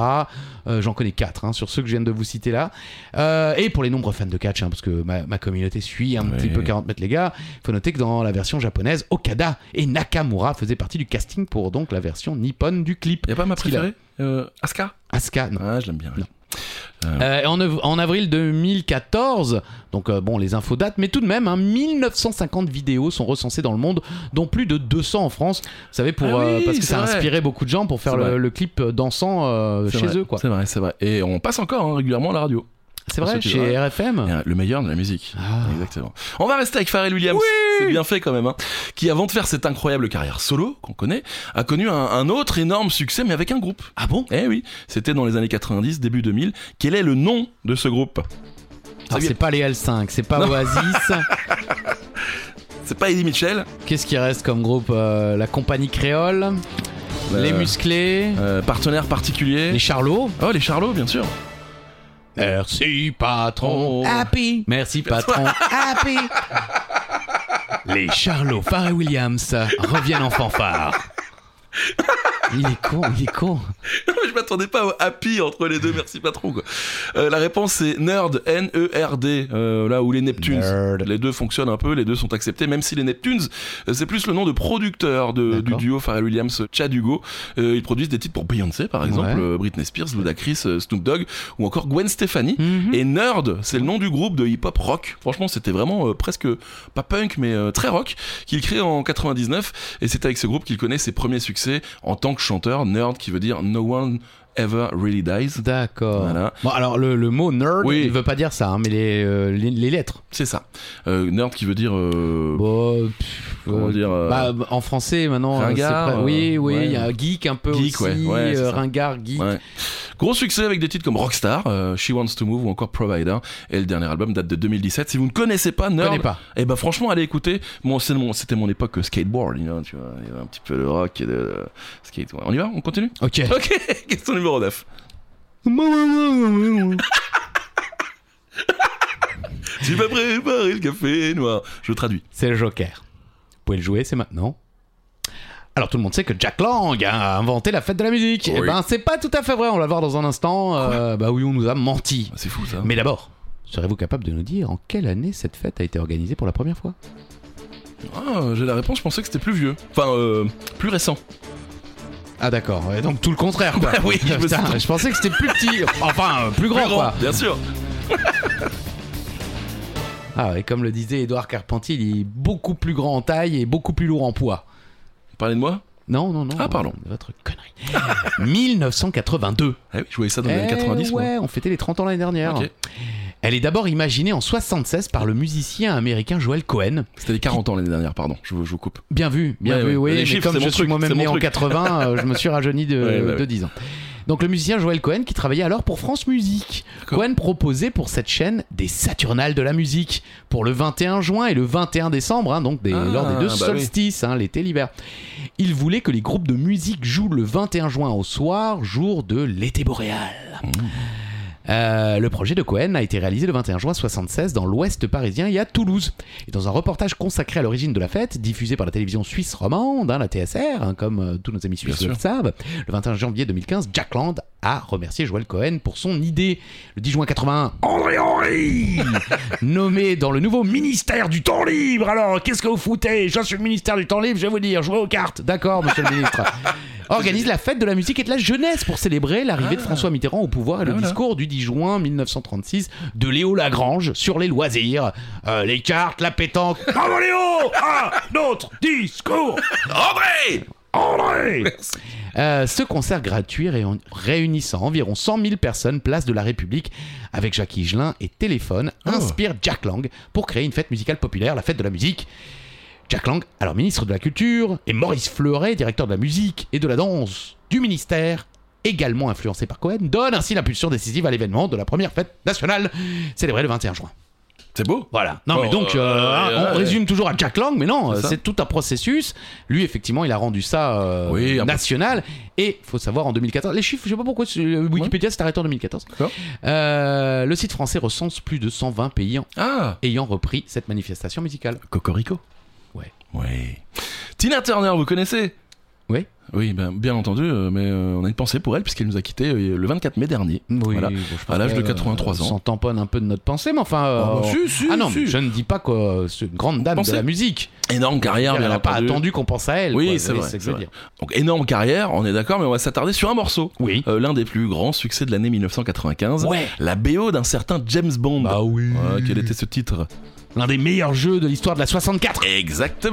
Speaker 2: Euh, J'en connais quatre hein, sur ceux que je viens de vous citer là. Euh, et pour les nombreux fans de catch, hein, parce que ma, ma communauté suit un petit
Speaker 1: Ouais.
Speaker 2: peu 40 mètres les gars, il faut noter que dans la version japonaise, Okada et Nakamura faisaient partie du casting pour donc la version nippone du clip.
Speaker 1: Y a pas ma
Speaker 2: Parce qu'il a-
Speaker 1: préférée Euh, Asuka
Speaker 2: Asuka, non.
Speaker 1: Ah, je l'aime bien. elle.
Speaker 2: Euh, en, av- en avril 2014, donc euh, bon, les infos datent, mais tout de même, hein, 1950 vidéos sont recensées dans le monde, dont plus de 200 en France. Vous savez, pour,
Speaker 1: Ah oui,
Speaker 2: euh, parce que
Speaker 1: c'est
Speaker 2: ça a
Speaker 1: vrai.
Speaker 2: inspiré beaucoup de gens pour faire
Speaker 1: C'est
Speaker 2: le,
Speaker 1: vrai.
Speaker 2: le clip euh, dansant euh,
Speaker 1: C'est
Speaker 2: chez
Speaker 1: vrai,
Speaker 2: eux, quoi.
Speaker 1: C'est vrai, c'est vrai. Et on passe encore hein, régulièrement à la radio.
Speaker 2: C'est
Speaker 1: pour
Speaker 2: vrai,
Speaker 1: ceux qui le-
Speaker 2: chez RFM.
Speaker 1: Et, euh, Le meilleur de la musique.
Speaker 2: Ah.
Speaker 1: Exactement. On va rester avec Pharrell Williams. c'est bien fait quand même. hein, qui, avant de faire cette incroyable carrière solo qu'on connaît, a connu un, un autre énorme succès, mais avec un groupe.
Speaker 2: Ah bon
Speaker 1: Eh oui, c'était dans les années 90, début 2000. Quel est le nom de ce groupe
Speaker 2: Alors,
Speaker 1: vient-
Speaker 2: Ah, C'est pas les L5, c'est pas Oasis.
Speaker 1: C'est pas Eddie Mitchell
Speaker 2: Qu'est-ce qui reste comme groupe Euh, La compagnie créole,
Speaker 1: Euh,
Speaker 2: les musclés,
Speaker 1: euh, Partenaire particulier
Speaker 2: les charlots.
Speaker 1: Oh, les Charlots, bien sûr.
Speaker 2: Merci patron.
Speaker 1: Oh.
Speaker 2: Happy. Merci patron. Happy. Les Charlots, Pharrell Williams reviennent en fanfare. Il est con, il est con.
Speaker 1: Je m'attendais pas au happy entre les deux, merci patron. Quoi. Euh, la réponse c'est Nerd, N-E-R-D, euh, là où les Neptunes.
Speaker 2: Nerd.
Speaker 1: Les deux fonctionnent un peu, les deux sont acceptés, même si les Neptunes, euh, c'est plus le nom de producteur de, du
Speaker 2: D'accord.
Speaker 1: duo Pharrell Williams, Chad Hugo. Euh, ils produisent des titres pour Beyoncé par exemple,
Speaker 2: Ouais.
Speaker 1: euh, Britney Spears, Ludacris, euh, Snoop Dogg ou encore Gwen Stefani.
Speaker 2: Mhm.
Speaker 1: Et Nerd, c'est le nom du groupe de hip-hop rock. Franchement, c'était vraiment euh, presque pas punk, mais euh, très rock, qu'il crée en 99. Et c'est avec ce groupe qu'il connaît ses premiers succès en tant que chanteur. Nerd, qui veut dire No One Ever Really Dies.
Speaker 2: D'accord.
Speaker 1: Voilà.
Speaker 2: Bon, alors le, le mot nerd,
Speaker 1: Oui.
Speaker 2: il veut pas dire ça, hein, mais les, euh, les, les lettres.
Speaker 1: C'est ça. Euh, nerd qui veut dire. euh,
Speaker 2: Bon, pff,
Speaker 1: comment
Speaker 2: euh,
Speaker 1: dire euh,
Speaker 2: bah, en français maintenant, euh,
Speaker 1: Ringard,
Speaker 2: c'est prêt. Oui,
Speaker 1: euh,
Speaker 2: oui,
Speaker 1: ouais.
Speaker 2: il y a geek un peu
Speaker 1: Geek,
Speaker 2: aussi,
Speaker 1: ouais, ouais, c'est
Speaker 2: euh,
Speaker 1: ça.
Speaker 2: ringard, geek.
Speaker 1: ouais. Gros succès avec des titres comme Rockstar, euh, She Wants to Move ou encore Provider. Et le dernier album date de 2017. Si vous ne connaissez pas
Speaker 2: Je
Speaker 1: Nerd,
Speaker 2: connais pas.
Speaker 1: Et ben franchement, allez écouter. Moi, c'est mon- c'était mon époque euh, skateboard, you know, tu vois. Il y avait un petit peu de rock et de de skate. Ouais, On y va On continue
Speaker 2: Ok.
Speaker 1: Ok, question numéro 9. Tu vas préparer le café noir. Je traduis.
Speaker 2: c'est le Joker. Vous pouvez le jouer, c'est maintenant. Alors tout le monde sait que Jack Lang a inventé la fête de la musique. Eh
Speaker 1: Oui.
Speaker 2: ben c'est pas tout à fait vrai, on va le voir dans un instant. Euh, bah oui, on nous a menti.
Speaker 1: Bah, C'est fou ça.
Speaker 2: Mais d'abord, serez-vous capable de nous dire en quelle année cette fête a été organisée pour la première fois
Speaker 1: Ah, j'ai la réponse, je pensais que c'était plus vieux. Enfin, euh, plus récent.
Speaker 2: Ah d'accord, ouais, donc tout le contraire quoi.
Speaker 1: Bah oui, je me suis
Speaker 2: Putain,
Speaker 1: trompé.
Speaker 2: je pensais que c'était plus petit, enfin euh, plus grand,
Speaker 1: Plus grand,
Speaker 2: quoi.
Speaker 1: bien sûr.
Speaker 2: Ah et comme le disait Édouard Carpentier, il est beaucoup plus grand en taille et beaucoup plus lourd en poids.
Speaker 1: Parlez de moi
Speaker 2: Non, non, non.
Speaker 1: Ah, pardon.
Speaker 2: euh, Votre connerie. 1982.
Speaker 1: Ah oui, je voyais ça dans les années
Speaker 2: Eh
Speaker 1: 90. moi.
Speaker 2: ouais, on fêtait les 30 ans l'année dernière.
Speaker 1: Ok.
Speaker 2: Elle est d'abord imaginée en 76 par le musicien américain Joel Cohen.
Speaker 1: C'était les 40 ans l'année dernière, pardon. Je vous, je vous coupe.
Speaker 2: Bien vu, bien
Speaker 1: Ouais,
Speaker 2: vu,
Speaker 1: ouais.
Speaker 2: oui.
Speaker 1: Les
Speaker 2: mais
Speaker 1: chiffres,
Speaker 2: comme
Speaker 1: c'est
Speaker 2: je
Speaker 1: mon
Speaker 2: suis
Speaker 1: truc,
Speaker 2: moi-même
Speaker 1: c'est
Speaker 2: né
Speaker 1: mon
Speaker 2: en
Speaker 1: truc.
Speaker 2: 80, euh, je me suis rajeuni de,
Speaker 1: Ouais, bah
Speaker 2: de 10 ans. Donc le musicien Joel Cohen qui travaillait alors pour France Musique.
Speaker 1: D'accord.
Speaker 2: Cohen proposait pour cette chaîne des Saturnales de la musique pour le 21 juin et le 21 décembre, hein, donc des-
Speaker 1: Ah,
Speaker 2: lors des deux
Speaker 1: bah oui.
Speaker 2: solstices, hein, l'été, l'hiver. Il voulait que les groupes de musique jouent le 21 juin au soir, jour de l'été boréal.
Speaker 1: Mmh.
Speaker 2: Euh, le projet de Cohen a été réalisé le 21 juin 76 dans l'ouest parisien et à Toulouse. Et dans un reportage consacré à l'origine de la fête, diffusé par la télévision suisse romande, hein, la TSR, hein, comme euh, tous nos amis suisses
Speaker 1: Bien
Speaker 2: le savent, le 21 janvier 2015, Jack Land a remercié Joël Cohen pour son idée. Le 10 juin 81, André Henry Nommé dans le nouveau ministère du temps libre Alors, qu'est-ce que vous foutez Je suis le ministère du temps libre, je vais vous dire, jouez aux cartes D'accord, monsieur le ministre Organise la fête de la musique et de la jeunesse pour célébrer l'arrivée de François Mitterrand au pouvoir et le
Speaker 1: Voilà.
Speaker 2: discours du 10 juin 1936 de Léo Lagrange sur les loisirs. Euh, les cartes, la pétanque. Bravo Léo Un autre discours
Speaker 1: André
Speaker 2: André Euh, Ce concert gratuit réun- réunissant environ 100 000 personnes place de la République avec Jacques Higelin et Téléphone
Speaker 1: Oh.
Speaker 2: inspire Jack Lang pour créer une fête musicale populaire, la fête de la musique. Jack Lang, alors ministre de la Culture, et Maurice Fleuret, directeur de la musique et de la danse du ministère, également influencé par Cohen, donne ainsi l'impulsion décisive à l'événement de la première fête nationale célébrée le 21 juin.
Speaker 1: C'est beau.
Speaker 2: Voilà. Non,
Speaker 1: Bon,
Speaker 2: mais donc,
Speaker 1: euh,
Speaker 2: euh, hein,
Speaker 1: ouais,
Speaker 2: on
Speaker 1: ouais.
Speaker 2: résume toujours à Jack Lang, mais non,
Speaker 1: C'est
Speaker 2: euh,
Speaker 1: ça.
Speaker 2: c'est tout un processus. Lui, effectivement, il a rendu ça euh,
Speaker 1: Oui, un peu.
Speaker 2: national. Et faut savoir, en 2014, les chiffres, je sais pas pourquoi euh, Wikipédia s'est arrêté en 2014.
Speaker 1: D'accord.
Speaker 2: Euh, le site français recense plus de 120 pays en-
Speaker 1: Ah,
Speaker 2: ayant repris cette manifestation musicale.
Speaker 1: Cocorico.
Speaker 2: Ouais.
Speaker 1: Ouais. Tina Turner, vous connaissez
Speaker 2: Oui.
Speaker 1: Oui, ben, bien entendu, euh, mais euh, on a une pensée pour elle puisqu'elle nous a quittés euh, le 24 mai dernier. Voilà.
Speaker 2: bon, je pense
Speaker 1: À l'âge de
Speaker 2: que,
Speaker 1: 83 ans.
Speaker 2: On s'en tamponne un peu de notre pensée, mais enfin. euh,
Speaker 1: Ah, bah,
Speaker 2: on-
Speaker 1: si, si,
Speaker 2: ah non,
Speaker 1: si.
Speaker 2: mais je ne dis pas que euh, c'est une grande dame
Speaker 1: Pensez.
Speaker 2: de la musique.
Speaker 1: Énorme carrière,
Speaker 2: elle
Speaker 1: bien
Speaker 2: n'a pas
Speaker 1: entendu.
Speaker 2: attendu qu'on pense à elle.
Speaker 1: Oui,
Speaker 2: quoi.
Speaker 1: c'est
Speaker 2: Vous voyez
Speaker 1: vrai,
Speaker 2: ce que je
Speaker 1: c'est
Speaker 2: veux
Speaker 1: vrai.
Speaker 2: dire.
Speaker 1: Donc énorme carrière, on est d'accord, mais on va s'attarder sur un morceau.
Speaker 2: Oui.
Speaker 1: Euh, L'un des plus grands succès de l'année 1995.
Speaker 2: Ouais.
Speaker 1: La BO d'un certain James Bond.
Speaker 2: Bah oui.
Speaker 1: Ouais, quel était ce titre
Speaker 2: L'un des meilleurs jeux de l'histoire de la 64.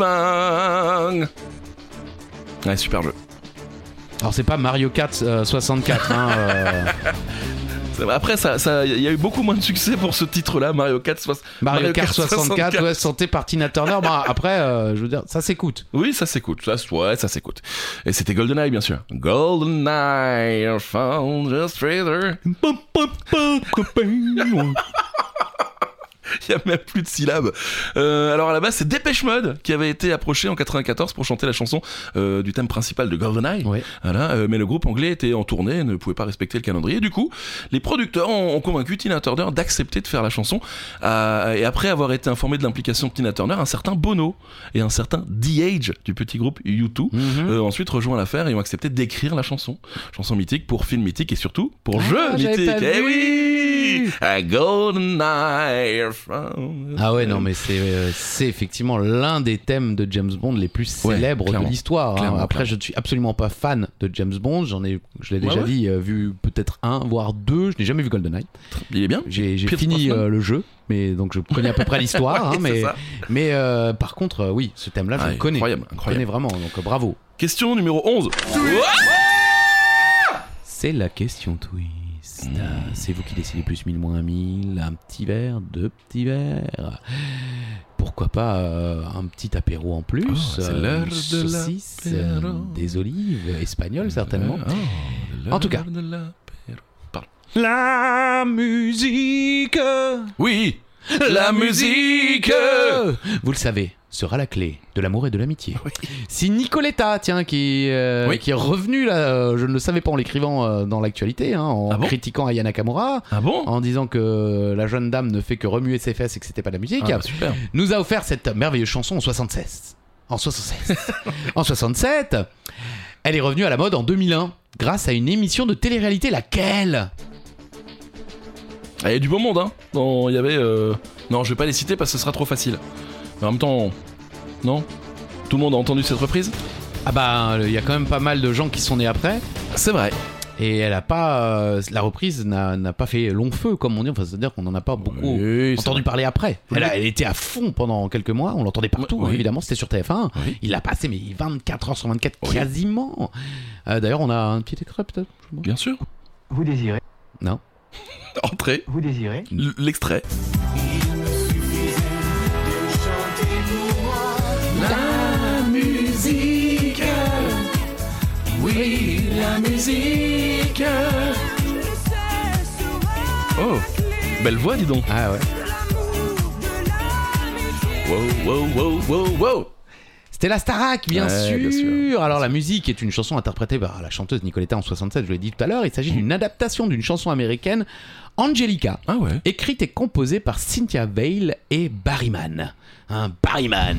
Speaker 1: Exactement Ouais, super jeu.
Speaker 2: Alors c'est pas Mario Kart euh, 64. hein, euh,
Speaker 1: Ça va. Après, ça, ça- il y a eu beaucoup moins de succès pour ce titre-là, Mario Kart. soix-
Speaker 2: Mario,
Speaker 1: Mario
Speaker 2: Kart
Speaker 1: Kart
Speaker 2: 64,
Speaker 1: 64.
Speaker 2: ouais, santé par Tina Turner. Bah, après, euh, je veux dire, ça s'écoute.
Speaker 1: Oui, ça s'écoute. Ça, s- ouais, ça s'écoute. Et c'était GoldenEye, bien sûr. GoldenEye, I found a treasure. Il y a même plus de syllabes. Euh, alors à la base, c'est Dépêche Mode qui avait été approché en 94 pour chanter la chanson euh, du thème principal de GoldenEye.
Speaker 2: Ouais.
Speaker 1: Voilà, euh, mais le groupe anglais était en tournée et ne pouvait pas respecter le calendrier. Du coup, les producteurs ont, ont convaincu Tina Turner d'accepter de faire la chanson. Euh, et après avoir été informé de l'implication de Tina Turner, un certain Bono et un certain D-Age du petit groupe U2
Speaker 2: Mhm.
Speaker 1: euh, ensuite rejoint l'affaire et ont accepté d'écrire la chanson. Chanson mythique pour film mythique et surtout pour
Speaker 2: Ah,
Speaker 1: jeu
Speaker 2: j'avais
Speaker 1: mythique.
Speaker 2: pas
Speaker 1: Eh
Speaker 2: vu.
Speaker 1: oui A golden eye from-
Speaker 2: Ah ouais, non, mais c'est euh, c'est effectivement l'un des thèmes de James Bond les plus
Speaker 1: Ouais,
Speaker 2: célèbres de
Speaker 1: clairement.
Speaker 2: l'histoire. hein.
Speaker 1: Clairement,
Speaker 2: Après, je ne suis absolument pas fan de James Bond. J'en ai, je l'ai
Speaker 1: Ouais,
Speaker 2: déjà
Speaker 1: ouais.
Speaker 2: dit, euh, vu peut-être un, voire deux. Je n'ai jamais vu GoldenEye.
Speaker 1: Il est bien
Speaker 2: J'ai j'ai
Speaker 1: Pierce
Speaker 2: fini
Speaker 1: Brosnan.
Speaker 2: euh, le jeu, mais donc je connais à peu près l'histoire. hein,
Speaker 1: Ouais, c'est
Speaker 2: mais
Speaker 1: ça.
Speaker 2: mais euh, par contre, euh, oui, ce thème-là, je
Speaker 1: Ah,
Speaker 2: le connais.
Speaker 1: Incroyable,
Speaker 2: Je connais
Speaker 1: incroyable.
Speaker 2: vraiment, donc euh, bravo.
Speaker 1: Question numéro 11.
Speaker 2: C'est la question twist.
Speaker 1: Mmh.
Speaker 2: Ah, C'est vous qui décidez plus 1000 moins 1000, un petit verre, deux petits verres. Pourquoi pas euh, un petit apéro en plus
Speaker 1: Oh, c'est
Speaker 2: euh,
Speaker 1: l'heure
Speaker 2: une
Speaker 1: de
Speaker 2: saucisse, euh,
Speaker 1: l'apéro.
Speaker 2: des olives espagnoles certainement.
Speaker 1: Ah, oh,
Speaker 2: En tout cas.
Speaker 1: de l'apéro. Pardon.
Speaker 2: La musique,
Speaker 1: Oui La musique
Speaker 2: vous le savez, sera la clé de l'amour et de l'amitié. Si Nicoletta, tiens, qui, euh,
Speaker 1: Oui.
Speaker 2: qui est revenue là, euh, je ne le savais pas en l'écrivant euh, dans l'actualité, hein, en
Speaker 1: Ah bon
Speaker 2: critiquant Aya Nakamura,
Speaker 1: Ah bon
Speaker 2: en disant que la jeune dame ne fait que remuer ses fesses et que c'était pas de la musique,
Speaker 1: Ah, bah, Super.
Speaker 2: nous a offert cette merveilleuse chanson en 76. En 76. en 67, elle est revenue à la mode en 2001 grâce à une émission de télé-réalité laquelle
Speaker 1: Ah, Il y a du beau monde, hein. Dans- Il y avait. euh, Non, je vais pas les citer parce que ce sera trop facile. Mais en même temps, non Tout le monde a entendu cette reprise
Speaker 2: Ah bah il y a quand même pas mal de gens qui sont nés après
Speaker 1: C'est vrai.
Speaker 2: et elle a pas euh, la reprise n'a n'a pas fait long feu comme on dit enfin c'est-à-dire qu'on n'en a pas beaucoup
Speaker 1: Oui, c'est
Speaker 2: entendu
Speaker 1: vrai.
Speaker 2: parler après. Elle, a- elle était à fond pendant quelques mois, on l'entendait partout,
Speaker 1: Oui.
Speaker 2: hein, évidemment, c'était sur TF1.
Speaker 1: Oui.
Speaker 2: Il a passé mais 24 heures sur 24
Speaker 1: Oui.
Speaker 2: quasiment. Euh, D'ailleurs, on a un petit extrait peut-être. je sais pas.
Speaker 1: Bien sûr.
Speaker 3: Vous désirez,
Speaker 2: Non.
Speaker 1: Entrez.
Speaker 3: vous désirez.
Speaker 1: L- L'extrait. La musique. Oui, la musique. Oh, belle voix, dis donc.
Speaker 2: Ah ouais.
Speaker 1: Wow, wow, wow, wow, wow.
Speaker 2: C'était la Starac, bien,
Speaker 1: Ouais,
Speaker 2: sûr.
Speaker 1: bien sûr.
Speaker 2: Alors la musique est une chanson interprétée par la chanteuse Nicoletta en 67, je l'ai dit tout à l'heure, il
Speaker 1: Mm.
Speaker 2: s'agit d'une adaptation d'une chanson américaine Angelica.
Speaker 1: Ah ouais.
Speaker 2: Écrite et composée par Cynthia Vale et Barryman. Un Barryman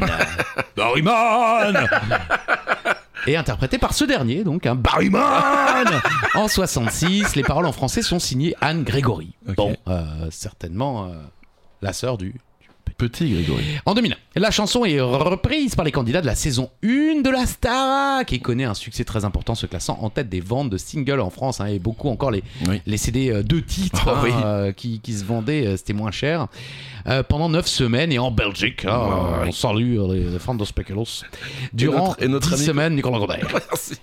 Speaker 2: Barryman Et interprétée par ce dernier, donc un Barryman En 66, les paroles en français sont signées Anne Grégory.
Speaker 1: Ok.
Speaker 2: Bon, euh, certainement euh, la sœur du
Speaker 1: Petit Grégory.
Speaker 2: en 2001, la chanson est reprise par les candidats de la saison 1 de la Starac qui connaît un succès très important, se classant en tête des ventes de singles en France hein, et beaucoup encore les,
Speaker 1: Oui.
Speaker 2: les CD euh, de titres
Speaker 1: Ah
Speaker 2: hein,
Speaker 1: oui.
Speaker 2: euh, qui, qui se vendaient, euh, c'était moins cher, euh, pendant 9 semaines et en Belgique. hein,
Speaker 1: Ouais.
Speaker 2: On salue euh, les fans de Speculoos. Durant
Speaker 1: notre- et notre
Speaker 2: 10
Speaker 1: ami-
Speaker 2: semaines, Nicolas Godet.
Speaker 1: Merci.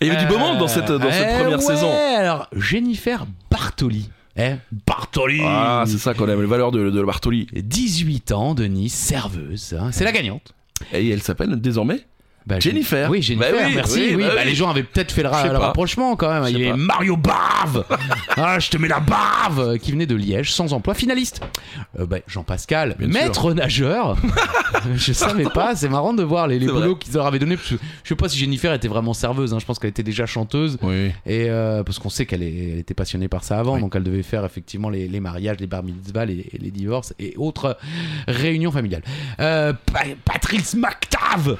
Speaker 1: Et il y a eu du beau monde dans cette, dans cette
Speaker 2: Euh,
Speaker 1: première
Speaker 2: ouais,
Speaker 1: saison.
Speaker 2: Alors, Jennifer Bartoli. Eh, Bartoli
Speaker 1: Ah, c'est ça qu'on aime, les valeurs de, de Bartoli.
Speaker 2: 18 ans, Denise, serveuse. hein, C'est la gagnante.
Speaker 1: Et elle s'appelle désormais
Speaker 2: Bah,
Speaker 1: Jennifer.
Speaker 2: Oui, Jennifer,
Speaker 1: Bah oui,
Speaker 2: merci. Oui,
Speaker 1: oui, bah
Speaker 2: bah,
Speaker 1: oui.
Speaker 2: Les gens avaient peut-être fait le,
Speaker 1: Je
Speaker 2: ra-
Speaker 1: sais
Speaker 2: le
Speaker 1: pas.
Speaker 2: rapprochement quand même.
Speaker 1: Je
Speaker 2: Il y
Speaker 1: sais
Speaker 2: avait
Speaker 1: pas.
Speaker 2: Mario Bave Ah, je te mets la bave euh, Qui venait de Liège, sans emploi, finaliste. Euh, bah, Jean-Pascal,
Speaker 1: Bien sûr.
Speaker 2: maître nageur. je savais pas, c'est marrant de voir les, les
Speaker 1: C'est vrai.
Speaker 2: boulots qu'ils leur avaient donnés. parce que Je sais pas si Jennifer était vraiment serveuse, hein, je pense qu'elle était déjà chanteuse.
Speaker 1: Oui.
Speaker 2: Et euh, parce qu'on sait qu'elle est- elle était passionnée par ça avant, donc elle devait faire effectivement les, les mariages, les bar mitzvahs, les, les divorces et autres euh, réunions familiales. Euh, Pa- Patrice McTav,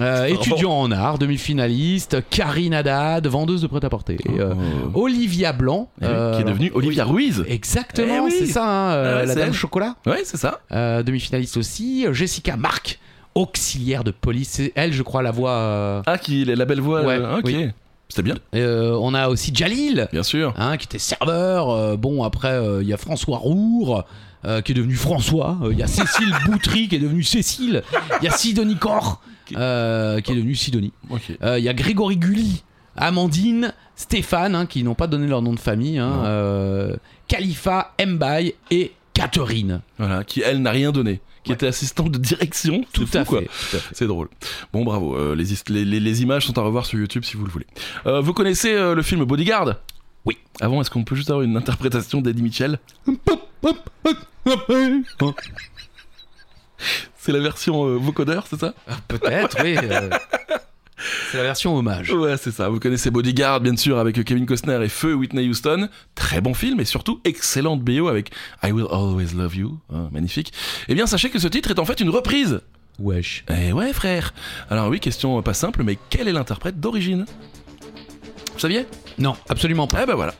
Speaker 2: euh, étudiant en art, demi-finaliste, Karine Haddad, vendeuse de prêt-à-porter, euh,
Speaker 1: Oh.
Speaker 2: Olivia Blanc,
Speaker 1: Eh oui,
Speaker 2: euh,
Speaker 1: qui est devenue Olivia Ruiz.
Speaker 2: Exactement,
Speaker 1: Eh oui.
Speaker 2: c'est ça, hein, euh,
Speaker 1: Ah ouais,
Speaker 2: la
Speaker 1: c'est
Speaker 2: dame
Speaker 1: elle.
Speaker 2: chocolat,
Speaker 1: Ouais, c'est ça.
Speaker 2: euh, demi-finaliste aussi, euh, Jessica Marc, auxiliaire de police, c'est elle, je crois, la voix. euh,
Speaker 1: Ah, qui la belle voix.
Speaker 2: Ouais,
Speaker 1: euh, ok.
Speaker 2: oui.
Speaker 1: C'était bien,
Speaker 2: euh, on a aussi Jalil,
Speaker 1: bien sûr.
Speaker 2: hein, qui était serveur. euh, bon, après, euh, il y a François Roure, euh, qui est devenu François. euh, Il y a Cécile Boutry, qui est devenue Cécile. Il y a Sidonie Cor, euh, qui est devenue Sidonie.
Speaker 1: Ok.
Speaker 2: Euh, Il y a Grégory Gulli, Amandine, Stéphane, hein, qui n'ont pas donné leur nom de famille. Hein,
Speaker 1: Non.
Speaker 2: euh, Khalifa, Mbaye et Catherine.
Speaker 1: Voilà, qui elle n'a rien donné, qui
Speaker 2: Ouais.
Speaker 1: était assistante de direction. c'est
Speaker 2: Tout,
Speaker 1: fou,
Speaker 2: à
Speaker 1: quoi.
Speaker 2: fait, tout à fait.
Speaker 1: C'est drôle. Bon, bravo. Euh, les, hist- les, les- les images sont à revoir sur YouTube si vous le voulez. Euh, vous connaissez euh, le film Bodyguard
Speaker 2: Oui.
Speaker 1: Avant, est-ce qu'on peut juste avoir une interprétation d'Eddie Mitchell C'est la version euh, vocodeur, c'est ça
Speaker 2: Peut-être, oui. euh, C'est la version hommage.
Speaker 1: Ouais, c'est ça. Vous connaissez Bodyguard, bien sûr, avec Kevin Costner et Feu Whitney Houston. Très bon film et surtout excellente BO avec I Will Always Love You. Hein, magnifique. Eh bien, sachez que ce titre est en fait une reprise.
Speaker 2: Wesh.
Speaker 1: Eh ouais, frère. Alors oui, question pas simple, mais quel est l'interprète d'origine Vous saviez
Speaker 2: Non, absolument pas.
Speaker 1: Eh ben voilà.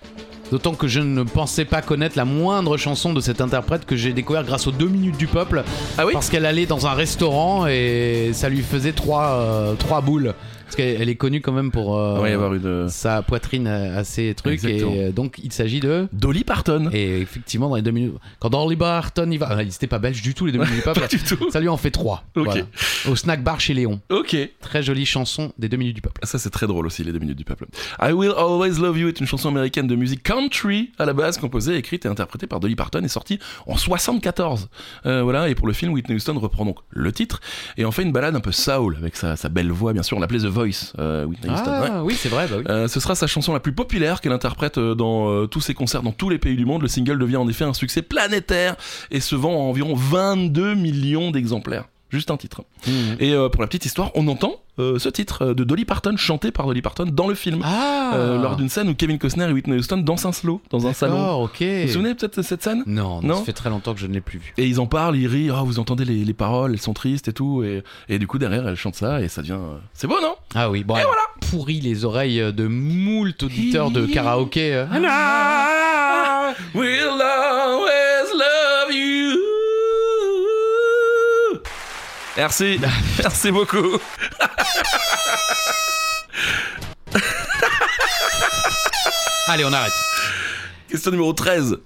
Speaker 2: D'autant que je ne pensais pas connaître la moindre chanson de cet interprète que j'ai découvert grâce aux 2 minutes du peuple.
Speaker 1: Ah oui
Speaker 2: Parce qu'elle allait dans un restaurant et ça lui faisait 3 boules. Parce qu'elle elle est connue quand même pour euh,
Speaker 1: Il va y avoir une...
Speaker 2: sa poitrine euh, assez truc. Et
Speaker 1: bah, Exactement.
Speaker 2: euh, donc il s'agit de.
Speaker 1: Dolly Parton.
Speaker 2: Et effectivement, dans les 2 minutes. Quand Orly Barton il va. Ah, il était pas belge du tout, les 2 minutes du peuple.
Speaker 1: Pas du tout.
Speaker 2: Ça lui en fait 3.
Speaker 1: Ok.
Speaker 2: Au snack bar chez Léon.
Speaker 1: Ok.
Speaker 2: Très jolie chanson des 2 minutes du peuple.
Speaker 1: Ah, Ça c'est très drôle aussi, les deux minutes du peuple. I Will Always Love You est une chanson américaine de musique country à la base, composée, écrite et interprétée par Dolly Parton et sortie en 74. Euh, voilà, et pour le film, Whitney Houston reprend donc le titre et en fait une balade un peu soul avec sa, sa belle voix, bien sûr. On l'appelait The Voice, euh, Whitney Houston. ouais.
Speaker 2: Ah oui, c'est vrai, bah oui.
Speaker 1: Euh, ce sera sa chanson la plus populaire qu'elle interprète euh, dans euh, tous ses concerts dans tous les pays du monde. Le single devient en effet un succès planétaire et se vend à environ 22 millions d'exemplaires. Juste un titre.
Speaker 2: Mhm.
Speaker 1: Et euh, pour la petite histoire, on entend euh, ce titre euh, de Dolly Parton chanté par Dolly Parton dans le film.
Speaker 2: Ah
Speaker 1: Euh, lors d'une scène où Kevin Costner et Whitney Houston dansent un slow dans un salon.
Speaker 2: D'accord, ok.
Speaker 1: Vous vous souvenez peut-être de cette scène
Speaker 2: Non, non,
Speaker 1: Non
Speaker 2: ça fait très longtemps que je ne l'ai plus vu.
Speaker 1: et ils en parlent, ils rient, oh, vous entendez les, les paroles, elles sont tristes et tout, et, et du coup derrière elle chante ça et ça devient... euh, C'est beau non
Speaker 2: Ah oui, bon, alors, pourri les oreilles de moult auditeurs de karaoké. euh.
Speaker 1: And I will always love you. Merci, merci beaucoup.
Speaker 2: Allez, on arrête.
Speaker 1: Question numéro 13.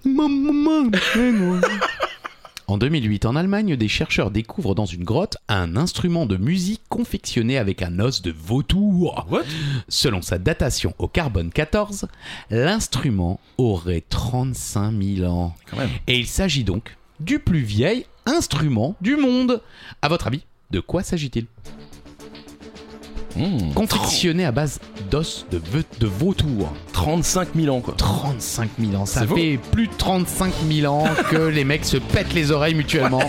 Speaker 2: En 2008, en Allemagne, des chercheurs découvrent dans une grotte un instrument de musique confectionné avec un os de vautour.
Speaker 1: What
Speaker 2: Selon sa datation au carbone 14, l'instrument aurait 35 000 ans.
Speaker 1: Quand même.
Speaker 2: Et il s'agit donc du plus vieil instrument du monde. À votre avis, de quoi s'agit-il
Speaker 1: Hmm.
Speaker 2: Confectionné à base d'os de, ve- de vautour.
Speaker 1: 35 000 ans quoi.
Speaker 2: 35 000 ans, ça
Speaker 1: C'est beau.
Speaker 2: fait plus de 35 000 ans que les mecs se pètent les oreilles mutuellement.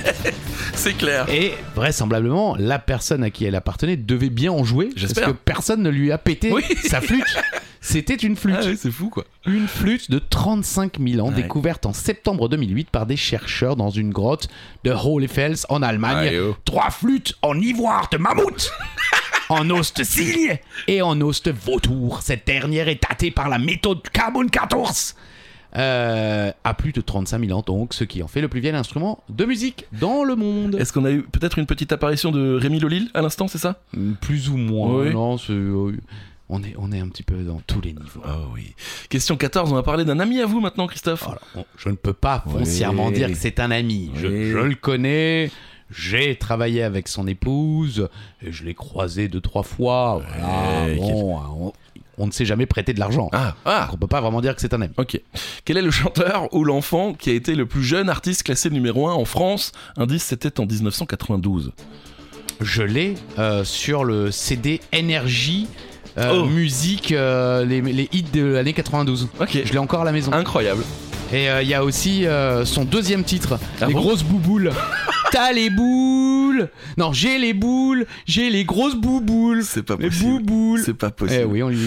Speaker 1: C'est clair.
Speaker 2: Et vraisemblablement, la personne à qui elle appartenait devait bien en jouer.
Speaker 1: J'espère.
Speaker 2: Parce que personne ne lui a pété
Speaker 1: Oui.
Speaker 2: sa flûte. C'était une flûte.
Speaker 1: Ah oui, c'est fou quoi.
Speaker 2: Une flûte de 35 000 ans,
Speaker 1: Ouais.
Speaker 2: découverte en septembre 2008 par des chercheurs dans une grotte de Holyfels en Allemagne.
Speaker 1: Aïe, oh.
Speaker 2: Trois flûtes en ivoire de mammouth En os de cygne et en os de vautour. Cette dernière est datée par la méthode carbone 14 euh, à plus de 35 000 ans, donc ce qui en fait le plus vieil instrument de musique dans le monde.
Speaker 1: Est-ce qu'on a eu peut-être une petite apparition de Rémi Lolil à l'instant, c'est ça
Speaker 2: Mm, Plus ou moins.
Speaker 1: Oui.
Speaker 2: Non, c'est- euh, on, est, on est un petit peu dans tous les niveaux.
Speaker 1: Oh oui. Oh Question 14, on va parler d'un ami à vous maintenant, Christophe.
Speaker 2: Voilà, on- je ne peux pas foncièrement
Speaker 1: Oui.
Speaker 2: dire que c'est un ami. Je,
Speaker 1: Oui.
Speaker 2: je le connais. J'ai travaillé avec son épouse. Et je l'ai croisé deux, trois fois. Voilà,
Speaker 1: Ouais,
Speaker 2: bon, on, on ne s'est jamais prêté de l'argent.
Speaker 1: Ah, ah,
Speaker 2: Donc on peut pas vraiment dire que c'est un ami.
Speaker 1: Ok. Quel est le chanteur ou l'enfant qui a été le plus jeune artiste classé numéro 1 en France Indice, c'était en 1992.
Speaker 2: je l'ai euh, sur le CD Energy. euh,
Speaker 1: Oh.
Speaker 2: Musique, euh, les, les hits de l'année 92.
Speaker 1: Ok.
Speaker 2: Je l'ai encore à la maison.
Speaker 1: Incroyable.
Speaker 2: Et euh, il y a aussi euh, son deuxième titre,
Speaker 1: Ah
Speaker 2: Les
Speaker 1: bon
Speaker 2: grosses bouboules. T'as les boules Non, j'ai les boules, j'ai les grosses bouboules.
Speaker 1: C'est pas
Speaker 2: Les
Speaker 1: possible.
Speaker 2: bouboules.
Speaker 1: C'est pas possible.
Speaker 2: Eh oui, on lui.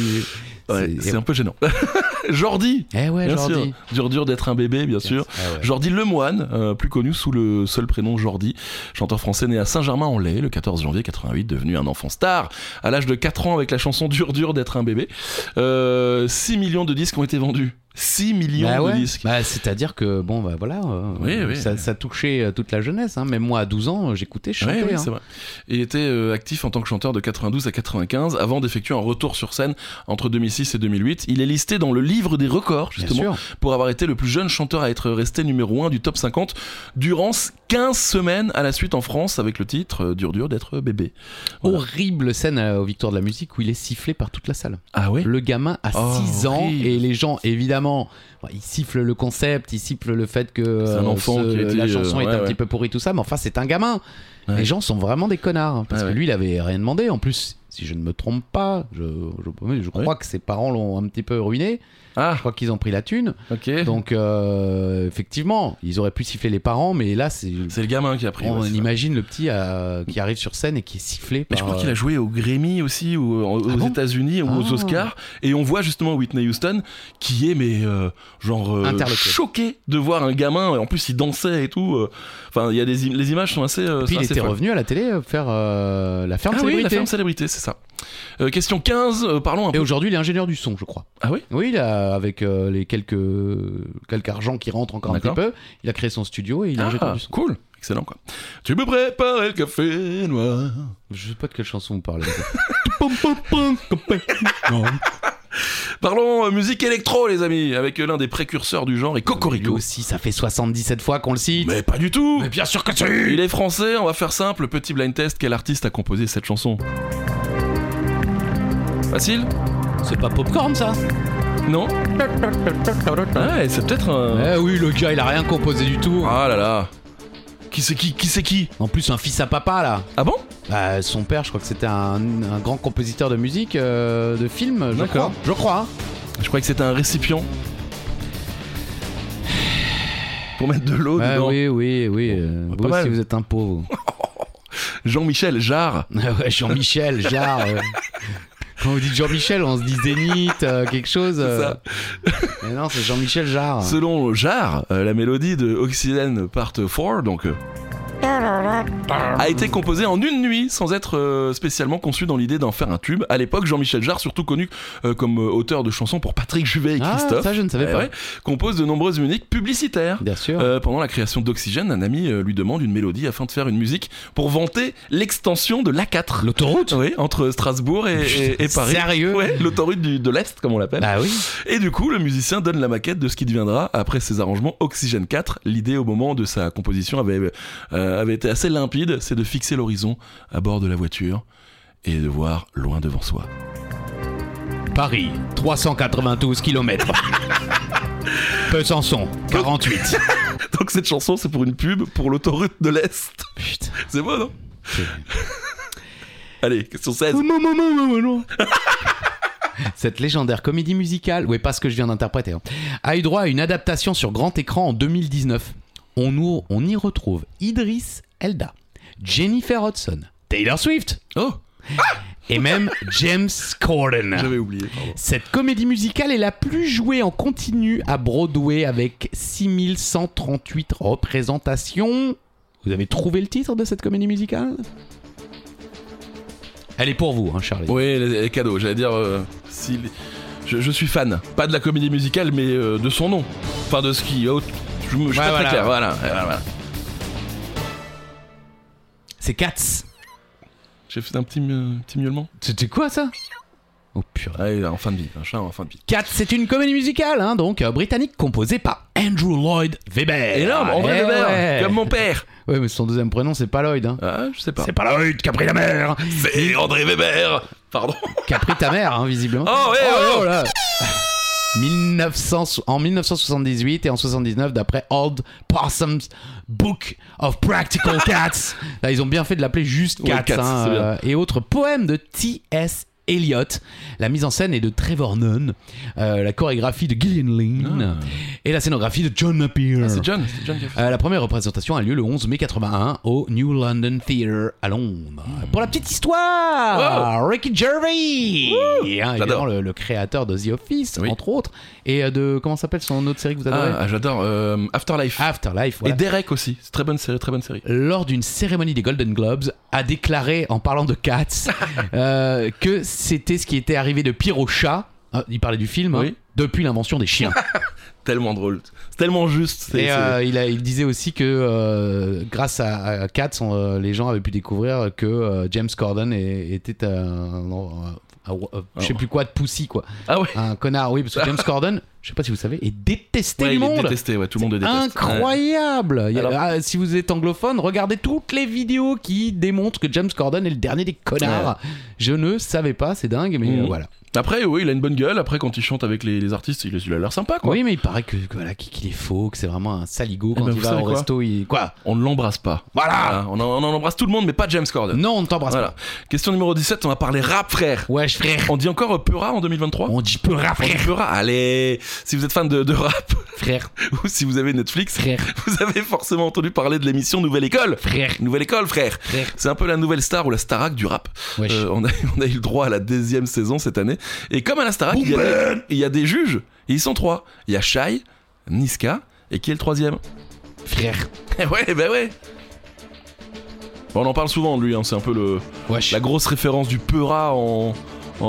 Speaker 1: Ouais,
Speaker 2: c'est-
Speaker 1: c'est un peu gênant. Jordi,
Speaker 2: Eh ouais,
Speaker 1: bien
Speaker 2: Jordi.
Speaker 1: sûr. Dur, dur d'être un bébé, bien sûr.
Speaker 2: Ah ouais.
Speaker 1: Jordi Lemoine, euh, plus connu sous le seul prénom Jordi, chanteur français né à Saint-Germain-en-Laye le 14 janvier 88, devenu un enfant star à l'âge de 4 ans avec la chanson Dur dur d'être un bébé. Euh, 6 millions de disques ont été vendus. 6 millions
Speaker 2: Bah
Speaker 1: de
Speaker 2: ouais.
Speaker 1: disques.
Speaker 2: Bah, c'est-à-dire que bon bah voilà, euh,
Speaker 1: Oui, oui.
Speaker 2: ça, ça touchait euh, toute la jeunesse. hein. Même moi à 12 ans, euh, j'écoutais chanter.
Speaker 1: Ouais, ouais,
Speaker 2: hein.
Speaker 1: c'est vrai. Il était euh, actif en tant que chanteur de 92 à 95 avant d'effectuer un retour sur scène entre 2006 et 2008. Il est listé dans le livre des records,
Speaker 2: Bien
Speaker 1: justement,
Speaker 2: sûr.
Speaker 1: pour avoir été le plus jeune chanteur à être resté numéro 1 du top 50 durant 15 semaines à la suite en France avec le titre euh, Dur dur d'être bébé. Voilà.
Speaker 2: Horrible scène euh, aux Victoires de la musique où il est sifflé par toute la salle.
Speaker 1: Ah ouais
Speaker 2: Le gamin a
Speaker 1: Oh,
Speaker 2: 6 ans
Speaker 1: horrible.
Speaker 2: et les gens, évidemment, bon, ils sifflent le concept, ils sifflent le fait que
Speaker 1: C'est un
Speaker 2: euh,
Speaker 1: enfant qui a été,
Speaker 2: la
Speaker 1: euh,
Speaker 2: chanson est
Speaker 1: ouais,
Speaker 2: un
Speaker 1: ouais.
Speaker 2: petit peu pourrie, tout ça, mais enfin, c'est un gamin.
Speaker 1: Ouais.
Speaker 2: Les gens sont vraiment des connards hein, parce
Speaker 1: Ouais,
Speaker 2: que
Speaker 1: ouais.
Speaker 2: lui, il avait rien demandé. En plus, si je ne me trompe pas, je, je, je crois que ses parents l'ont un petit peu ruiné.
Speaker 1: Ah,
Speaker 2: Je crois qu'ils ont pris la thune.
Speaker 1: ok.
Speaker 2: Donc, euh, effectivement, ils auraient pu siffler les parents, mais là, c'est.
Speaker 1: C'est le gamin qui a pris.
Speaker 2: On
Speaker 1: ouais, c'est ça. Ah
Speaker 2: imagine le petit euh, qui arrive sur scène et qui est sifflé.
Speaker 1: Mais je
Speaker 2: par,
Speaker 1: crois qu'il
Speaker 2: euh,
Speaker 1: a joué au Grammy aussi, ou en- aux
Speaker 2: Ah bon
Speaker 1: États-Unis, ou aux
Speaker 2: Ah.
Speaker 1: Oscars. Et on voit justement Whitney Houston qui est, mais euh, genre, euh,
Speaker 2: Interloqué.
Speaker 1: choqué de voir un gamin. Et en plus, il dansait et tout. euh. Enfin, il y a des im- les images sont assez. euh,
Speaker 2: Puis
Speaker 1: sont
Speaker 2: il
Speaker 1: assez
Speaker 2: était
Speaker 1: folles.
Speaker 2: revenu à la télé euh, faire euh, la ferme
Speaker 1: Ah oui,
Speaker 2: célébrité.
Speaker 1: la ferme célébrité, c'est ça. Euh, question 15, euh, parlons un
Speaker 2: Et
Speaker 1: peu.
Speaker 2: aujourd'hui, il est ingénieur du son, je crois.
Speaker 1: Ah oui
Speaker 2: Oui, il a, avec euh, les quelques, quelques argent qui rentre encore un petit
Speaker 1: D'accord.
Speaker 2: peu, il a créé son studio et il est
Speaker 1: Ah,
Speaker 2: ingénieur du son.
Speaker 1: cool, excellent quoi. Tu peux préparer le café noir.
Speaker 2: Je sais pas de quelle chanson vous parlez.
Speaker 1: Parlons euh, musique électro, les amis, avec l'un des précurseurs du genre et
Speaker 2: Lui
Speaker 1: Cocorico.
Speaker 2: aussi, ça fait 77 fois qu'on le cite.
Speaker 1: Mais pas du tout
Speaker 2: bien sûr que c'est
Speaker 1: Il est français, on va faire simple, petit blind test, quel artiste a composé cette chanson Facile
Speaker 2: C'est pas Popcorn, ça
Speaker 1: Non Ouais, c'est peut-être un...
Speaker 2: Eh oui, le gars, il a rien composé du tout.
Speaker 1: Ah là là Qui c'est qui Qui c'est qui
Speaker 2: En plus, un fils à papa, là.
Speaker 1: Ah bon
Speaker 2: Bah, son père, je crois que c'était un, un grand compositeur de musique, euh, de films, je
Speaker 1: D'accord.
Speaker 2: crois. Je crois. hein.
Speaker 1: Je croyais que c'était un récipient. Pour mettre de l'eau
Speaker 2: Ouais,
Speaker 1: dedans.
Speaker 2: oui, oui, oui. euh,
Speaker 1: pas
Speaker 2: vous aussi,
Speaker 1: mal.
Speaker 2: vous êtes un pauvre.
Speaker 1: Jean-Michel Jarre.
Speaker 2: Ah ouais, Jean-Michel, Jarre. euh. Quand vous dites Jean-Michel, on se dit Zénith, euh, quelque chose. euh.
Speaker 1: ça.
Speaker 2: Mais non, c'est Jean-Michel Jarre.
Speaker 1: Selon Jarre, euh, la mélodie de Oxygen Part 4, donc. euh, a été composée en une nuit sans être euh, spécialement conçue dans l'idée d'en faire un tube. À l'époque, Jean-Michel Jarre, surtout connu euh, comme euh, auteur de chansons pour Patrick Juvet et
Speaker 2: Ah,
Speaker 1: Christophe,
Speaker 2: ça, je ne savais
Speaker 1: eh
Speaker 2: pas.
Speaker 1: ouais, compose de nombreuses musiques publicitaires.
Speaker 2: Bien sûr.
Speaker 1: Euh, pendant la création d'Oxygène, un ami euh, lui demande une mélodie afin de faire une musique pour vanter l'extension de l'A4.
Speaker 2: L'autoroute
Speaker 1: Oui, entre Strasbourg et, et- et Paris.
Speaker 2: Sérieux
Speaker 1: Ouais, l'autoroute du- de l'Est, comme on l'appelle.
Speaker 2: Bah oui.
Speaker 1: Et du coup, le musicien donne la maquette de ce qui deviendra, après ses arrangements, Oxygène 4. L'idée au moment de sa composition avait, euh, avait été assez limpide, c'est de fixer l'horizon à bord de la voiture et de voir loin devant soi.
Speaker 2: Paris, 392 km. Besançon, 48.
Speaker 1: Donc cette chanson, c'est pour une pub pour l'autoroute de l'Est.
Speaker 2: Putain.
Speaker 1: C'est bon, non Allez, question 16.
Speaker 2: non, non, non, non, non. Cette légendaire comédie musicale, ouais, pas ce que je viens d'interpréter, hein, a eu droit à une adaptation sur grand écran en 2019. On, nous- on y retrouve Idris Elba, Jennifer Hudson, Taylor Swift
Speaker 1: Oh,
Speaker 2: et même James Corden.
Speaker 1: j'avais oublié. pardon.
Speaker 2: Cette comédie musicale est la plus jouée en continu à Broadway avec 6138 représentations. Vous avez trouvé le titre de cette comédie musicale Elle est pour vous, hein, Charlie.
Speaker 1: Oui, les, les cadeaux, j'allais dire... euh, si, je, je suis fan, pas de la comédie musicale, mais euh, de son nom. Enfin, de ce qui... oh, je, je suis
Speaker 2: Ouais,
Speaker 1: pas
Speaker 2: voilà.
Speaker 1: très clair, voilà. voilà, voilà.
Speaker 2: C'est Cats.
Speaker 1: J'ai fait un petit, mieu- petit miaulement.
Speaker 2: C'était quoi ça Oh purée.
Speaker 1: Ouais, Ah, en fin de vie, un chat en fin de vie.
Speaker 2: Cats, c'est une comédie musicale, hein, donc euh, britannique composée par Andrew Lloyd Webber.
Speaker 1: Énorme, en vrai,
Speaker 2: Eh
Speaker 1: le verre,
Speaker 2: ouais.
Speaker 1: comme mon père.
Speaker 2: Ouais, mais son deuxième prénom, c'est pas Lloyd. Hein.
Speaker 1: Ah, je sais pas.
Speaker 2: C'est pas Lloyd qui a pris la mer,
Speaker 1: C'est André Weber. Pardon.
Speaker 2: qui a pris ta mère, hein, visiblement.
Speaker 1: Oh, ouais, oh,
Speaker 2: là. 1900 en 1978 et en 79 d'après Old Parsons Book of Practical Cats. Là, ils ont bien fait de l'appeler juste
Speaker 1: Ouais,
Speaker 2: Cats,
Speaker 1: Cats,
Speaker 2: hein,
Speaker 1: c'est bien.
Speaker 2: euh, et autres poèmes de T.S. Eliot. La mise en scène est de Trevor Nunn, euh, la chorégraphie de Gillian Lynn et la scénographie de John Napier.
Speaker 1: Ah, c'est John, c'est John qui a fait ça.
Speaker 2: Euh, la première représentation a lieu le 11 mai 81 au New London Theatre à Londres. Pour la petite histoire, Ricky Gervais, Et, hein, évidemment,
Speaker 1: J'adore.
Speaker 2: le, le créateur de The Office,
Speaker 1: Oui.
Speaker 2: entre autres, et euh, de comment s'appelle son autre série que vous adorez
Speaker 1: Ah, ah, j'adore. euh, Afterlife.
Speaker 2: Ah, Afterlife.
Speaker 1: Et
Speaker 2: voilà.
Speaker 1: Derek aussi. C'est très bonne série, très bonne série.
Speaker 2: Lors d'une cérémonie des Golden Globes, a déclaré en parlant de Cats euh, que c'était ce qui était arrivé de pire au chat. Ah, il parlait du film. hein,
Speaker 1: Oui.
Speaker 2: depuis l'invention des chiens.
Speaker 1: Tellement drôle. C'est tellement juste. c'est-
Speaker 2: Et
Speaker 1: c'est-
Speaker 2: euh, il, a- il disait aussi que euh, grâce à, à Cats, on, euh, les gens avaient pu découvrir que euh, James Corden est- était un, un- un- un- je sais plus quoi de poussi quoi,
Speaker 1: Ah ouais.
Speaker 2: un connard. Oui, parce que James Corden, je sais pas si vous savez, est détesté
Speaker 1: Ouais,
Speaker 2: du
Speaker 1: il est
Speaker 2: monde.
Speaker 1: détesté, ouais, tout le monde le déteste. Ouais.
Speaker 2: Incroyable Il y a-
Speaker 1: Alors-
Speaker 2: ah, Si vous êtes anglophone, regardez toutes les vidéos qui démontrent que James Corden est le dernier des connards. Je ne savais pas, c'est dingue, mais
Speaker 1: Mhm.
Speaker 2: euh, voilà.
Speaker 1: Après, oui, il a une bonne gueule. Après, quand il chante avec les, les artistes, il, il a l'air sympa, quoi.
Speaker 2: Oui, mais il paraît que que voilà qu'il est faux, que c'est vraiment un saligo quand
Speaker 1: ben,
Speaker 2: il
Speaker 1: vous
Speaker 2: va
Speaker 1: savez
Speaker 2: au
Speaker 1: quoi
Speaker 2: resto. Il... Quoi
Speaker 1: On ne l'embrasse pas.
Speaker 2: Voilà
Speaker 1: Voilà, on, en, on en embrasse tout le monde, mais pas James Corden.
Speaker 2: Non, on ne t'embrasse
Speaker 1: Voilà. Question numéro 17, on va parler rap, frère.
Speaker 2: pas. Wesh frère,
Speaker 1: On dit encore euh, Peura en 2023
Speaker 2: on dit peu rap,
Speaker 1: On dit
Speaker 2: frère,
Speaker 1: Peura. Allez, si vous êtes fan de, de rap
Speaker 2: frère,
Speaker 1: ou si vous avez Netflix,
Speaker 2: frère,
Speaker 1: vous avez forcément entendu parler de l'émission Nouvelle École.
Speaker 2: frère,
Speaker 1: Nouvelle École, frère.
Speaker 2: frère.
Speaker 1: C'est un peu la nouvelle star ou la Starac du rap.
Speaker 2: Wesh.
Speaker 1: Euh, on, a, on a eu le droit à la deuxième saison cette année. Et comme à la Starac, il y, a des- il y a des juges. Et ils sont trois. Il y a Shai, Niska, et qui est le troisième
Speaker 2: frère,
Speaker 1: Eh ouais, bah ouais Bon, On en parle souvent de lui, hein, c'est un peu le,
Speaker 2: wesh.
Speaker 1: la grosse référence du Peura en, en,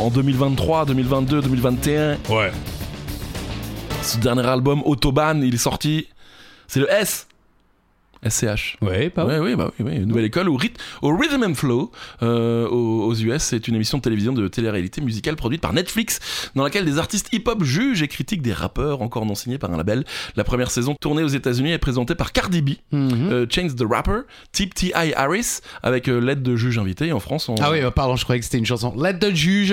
Speaker 1: en 2023, 2022, 2021.
Speaker 2: Ouais.
Speaker 1: Ce dernier album, Autobahn, il est sorti. C'est le S SCH.
Speaker 2: Ouais, pas
Speaker 1: Ouais, oui, bah oui, oui, une nouvelle école au, ryth- au Rhythm and Flow euh, aux, aux US. C'est une émission de télévision de télé-réalité musicale produite par Netflix, dans laquelle des artistes hip-hop jugent et critiquent des rappeurs encore non signés par un label. La première saison tournée aux États-Unis est présentée par Cardi B,
Speaker 2: Mhm.
Speaker 1: euh, Chains the Rapper, Tip T.I. Harris, avec euh, l'aide de juges invités. Et en France, on.
Speaker 2: Ah oui, bah, pardon, je croyais que c'était une chanson. L'aide de juge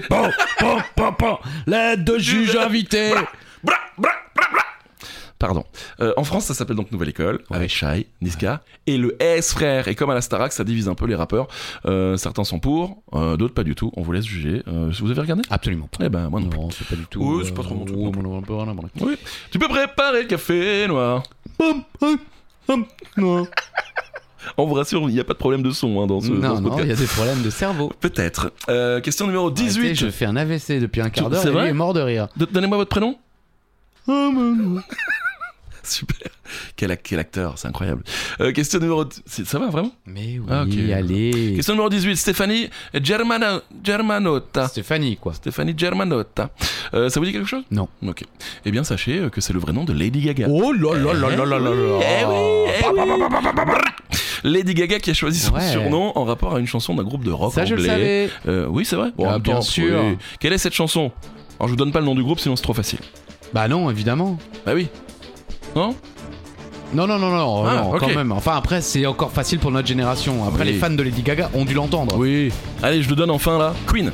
Speaker 2: Pan, pan, pan, pan. L'aide de juge invité.
Speaker 1: Bra, bra, bra, bra. Pardon. Euh, en France, ça s'appelle donc Nouvelle École, avec Shai, Niska et le S frère. Et comme à la Starac, ça divise un peu les rappeurs. Euh, certains sont pour, euh, d'autres pas du tout. On vous laisse juger. Euh, vous avez regardé
Speaker 2: Absolument pas.
Speaker 1: Eh ben, moi non plus.
Speaker 2: Non, c'est pas du tout.
Speaker 1: Ouais, c'est pas euh, trop mon truc, non plus.
Speaker 2: truc.
Speaker 1: Oui. Tu peux préparer le café noir.
Speaker 2: Hum,
Speaker 1: On vous rassure, il n'y a pas de problème de son hein, dans ce, dans
Speaker 2: Non,
Speaker 1: ce
Speaker 2: non,
Speaker 1: podcast.
Speaker 2: il y a des problèmes de cerveau.
Speaker 1: Peut-être. Euh, question numéro 18.
Speaker 2: Arrêtez, je fais un AVC depuis un
Speaker 1: Tu-
Speaker 2: quart d'heure
Speaker 1: c'est
Speaker 2: et lui
Speaker 1: vrai
Speaker 2: est mort de rire.
Speaker 1: Do- Donnez-moi votre prénom.
Speaker 2: Oh,
Speaker 1: Super. Quel, ac- quel acteur, c'est incroyable. Euh, question numéro. d- c'est- Ça va vraiment
Speaker 2: Mais oui,
Speaker 1: Ah, ok.
Speaker 2: allez.
Speaker 1: Question numéro 18. Stéphanie Germano- Germanotta.
Speaker 2: Stéphanie, quoi.
Speaker 1: Stéphanie Germanotta. Euh, ça vous dit quelque chose
Speaker 2: Non.
Speaker 1: Ok. Eh bien, sachez euh, que c'est le vrai nom de Lady Gaga.
Speaker 2: Oh là là là là là là là. Bah,
Speaker 1: Eh oui, eh oui. Lady Gaga qui a choisi son
Speaker 2: Ouais.
Speaker 1: surnom en rapport à une chanson d'un groupe de rock
Speaker 2: Ça,
Speaker 1: anglais.
Speaker 2: je le savais.
Speaker 1: Euh, oui, c'est vrai. en
Speaker 2: Ah,
Speaker 1: même temps,
Speaker 2: bien sûr.
Speaker 1: oui. Quelle est cette chanson Alors, je vous donne pas le nom du groupe, sinon c'est trop facile.
Speaker 2: Bah non, évidemment.
Speaker 1: Bah oui. Non
Speaker 2: Non, non, non, non,
Speaker 1: Ah,
Speaker 2: non,
Speaker 1: ok.
Speaker 2: quand même. Enfin, après, c'est encore facile pour notre génération. Après,
Speaker 1: Oui.
Speaker 2: les fans de Lady Gaga ont dû l'entendre.
Speaker 1: Oui. Allez, je le donne enfin là. Queen.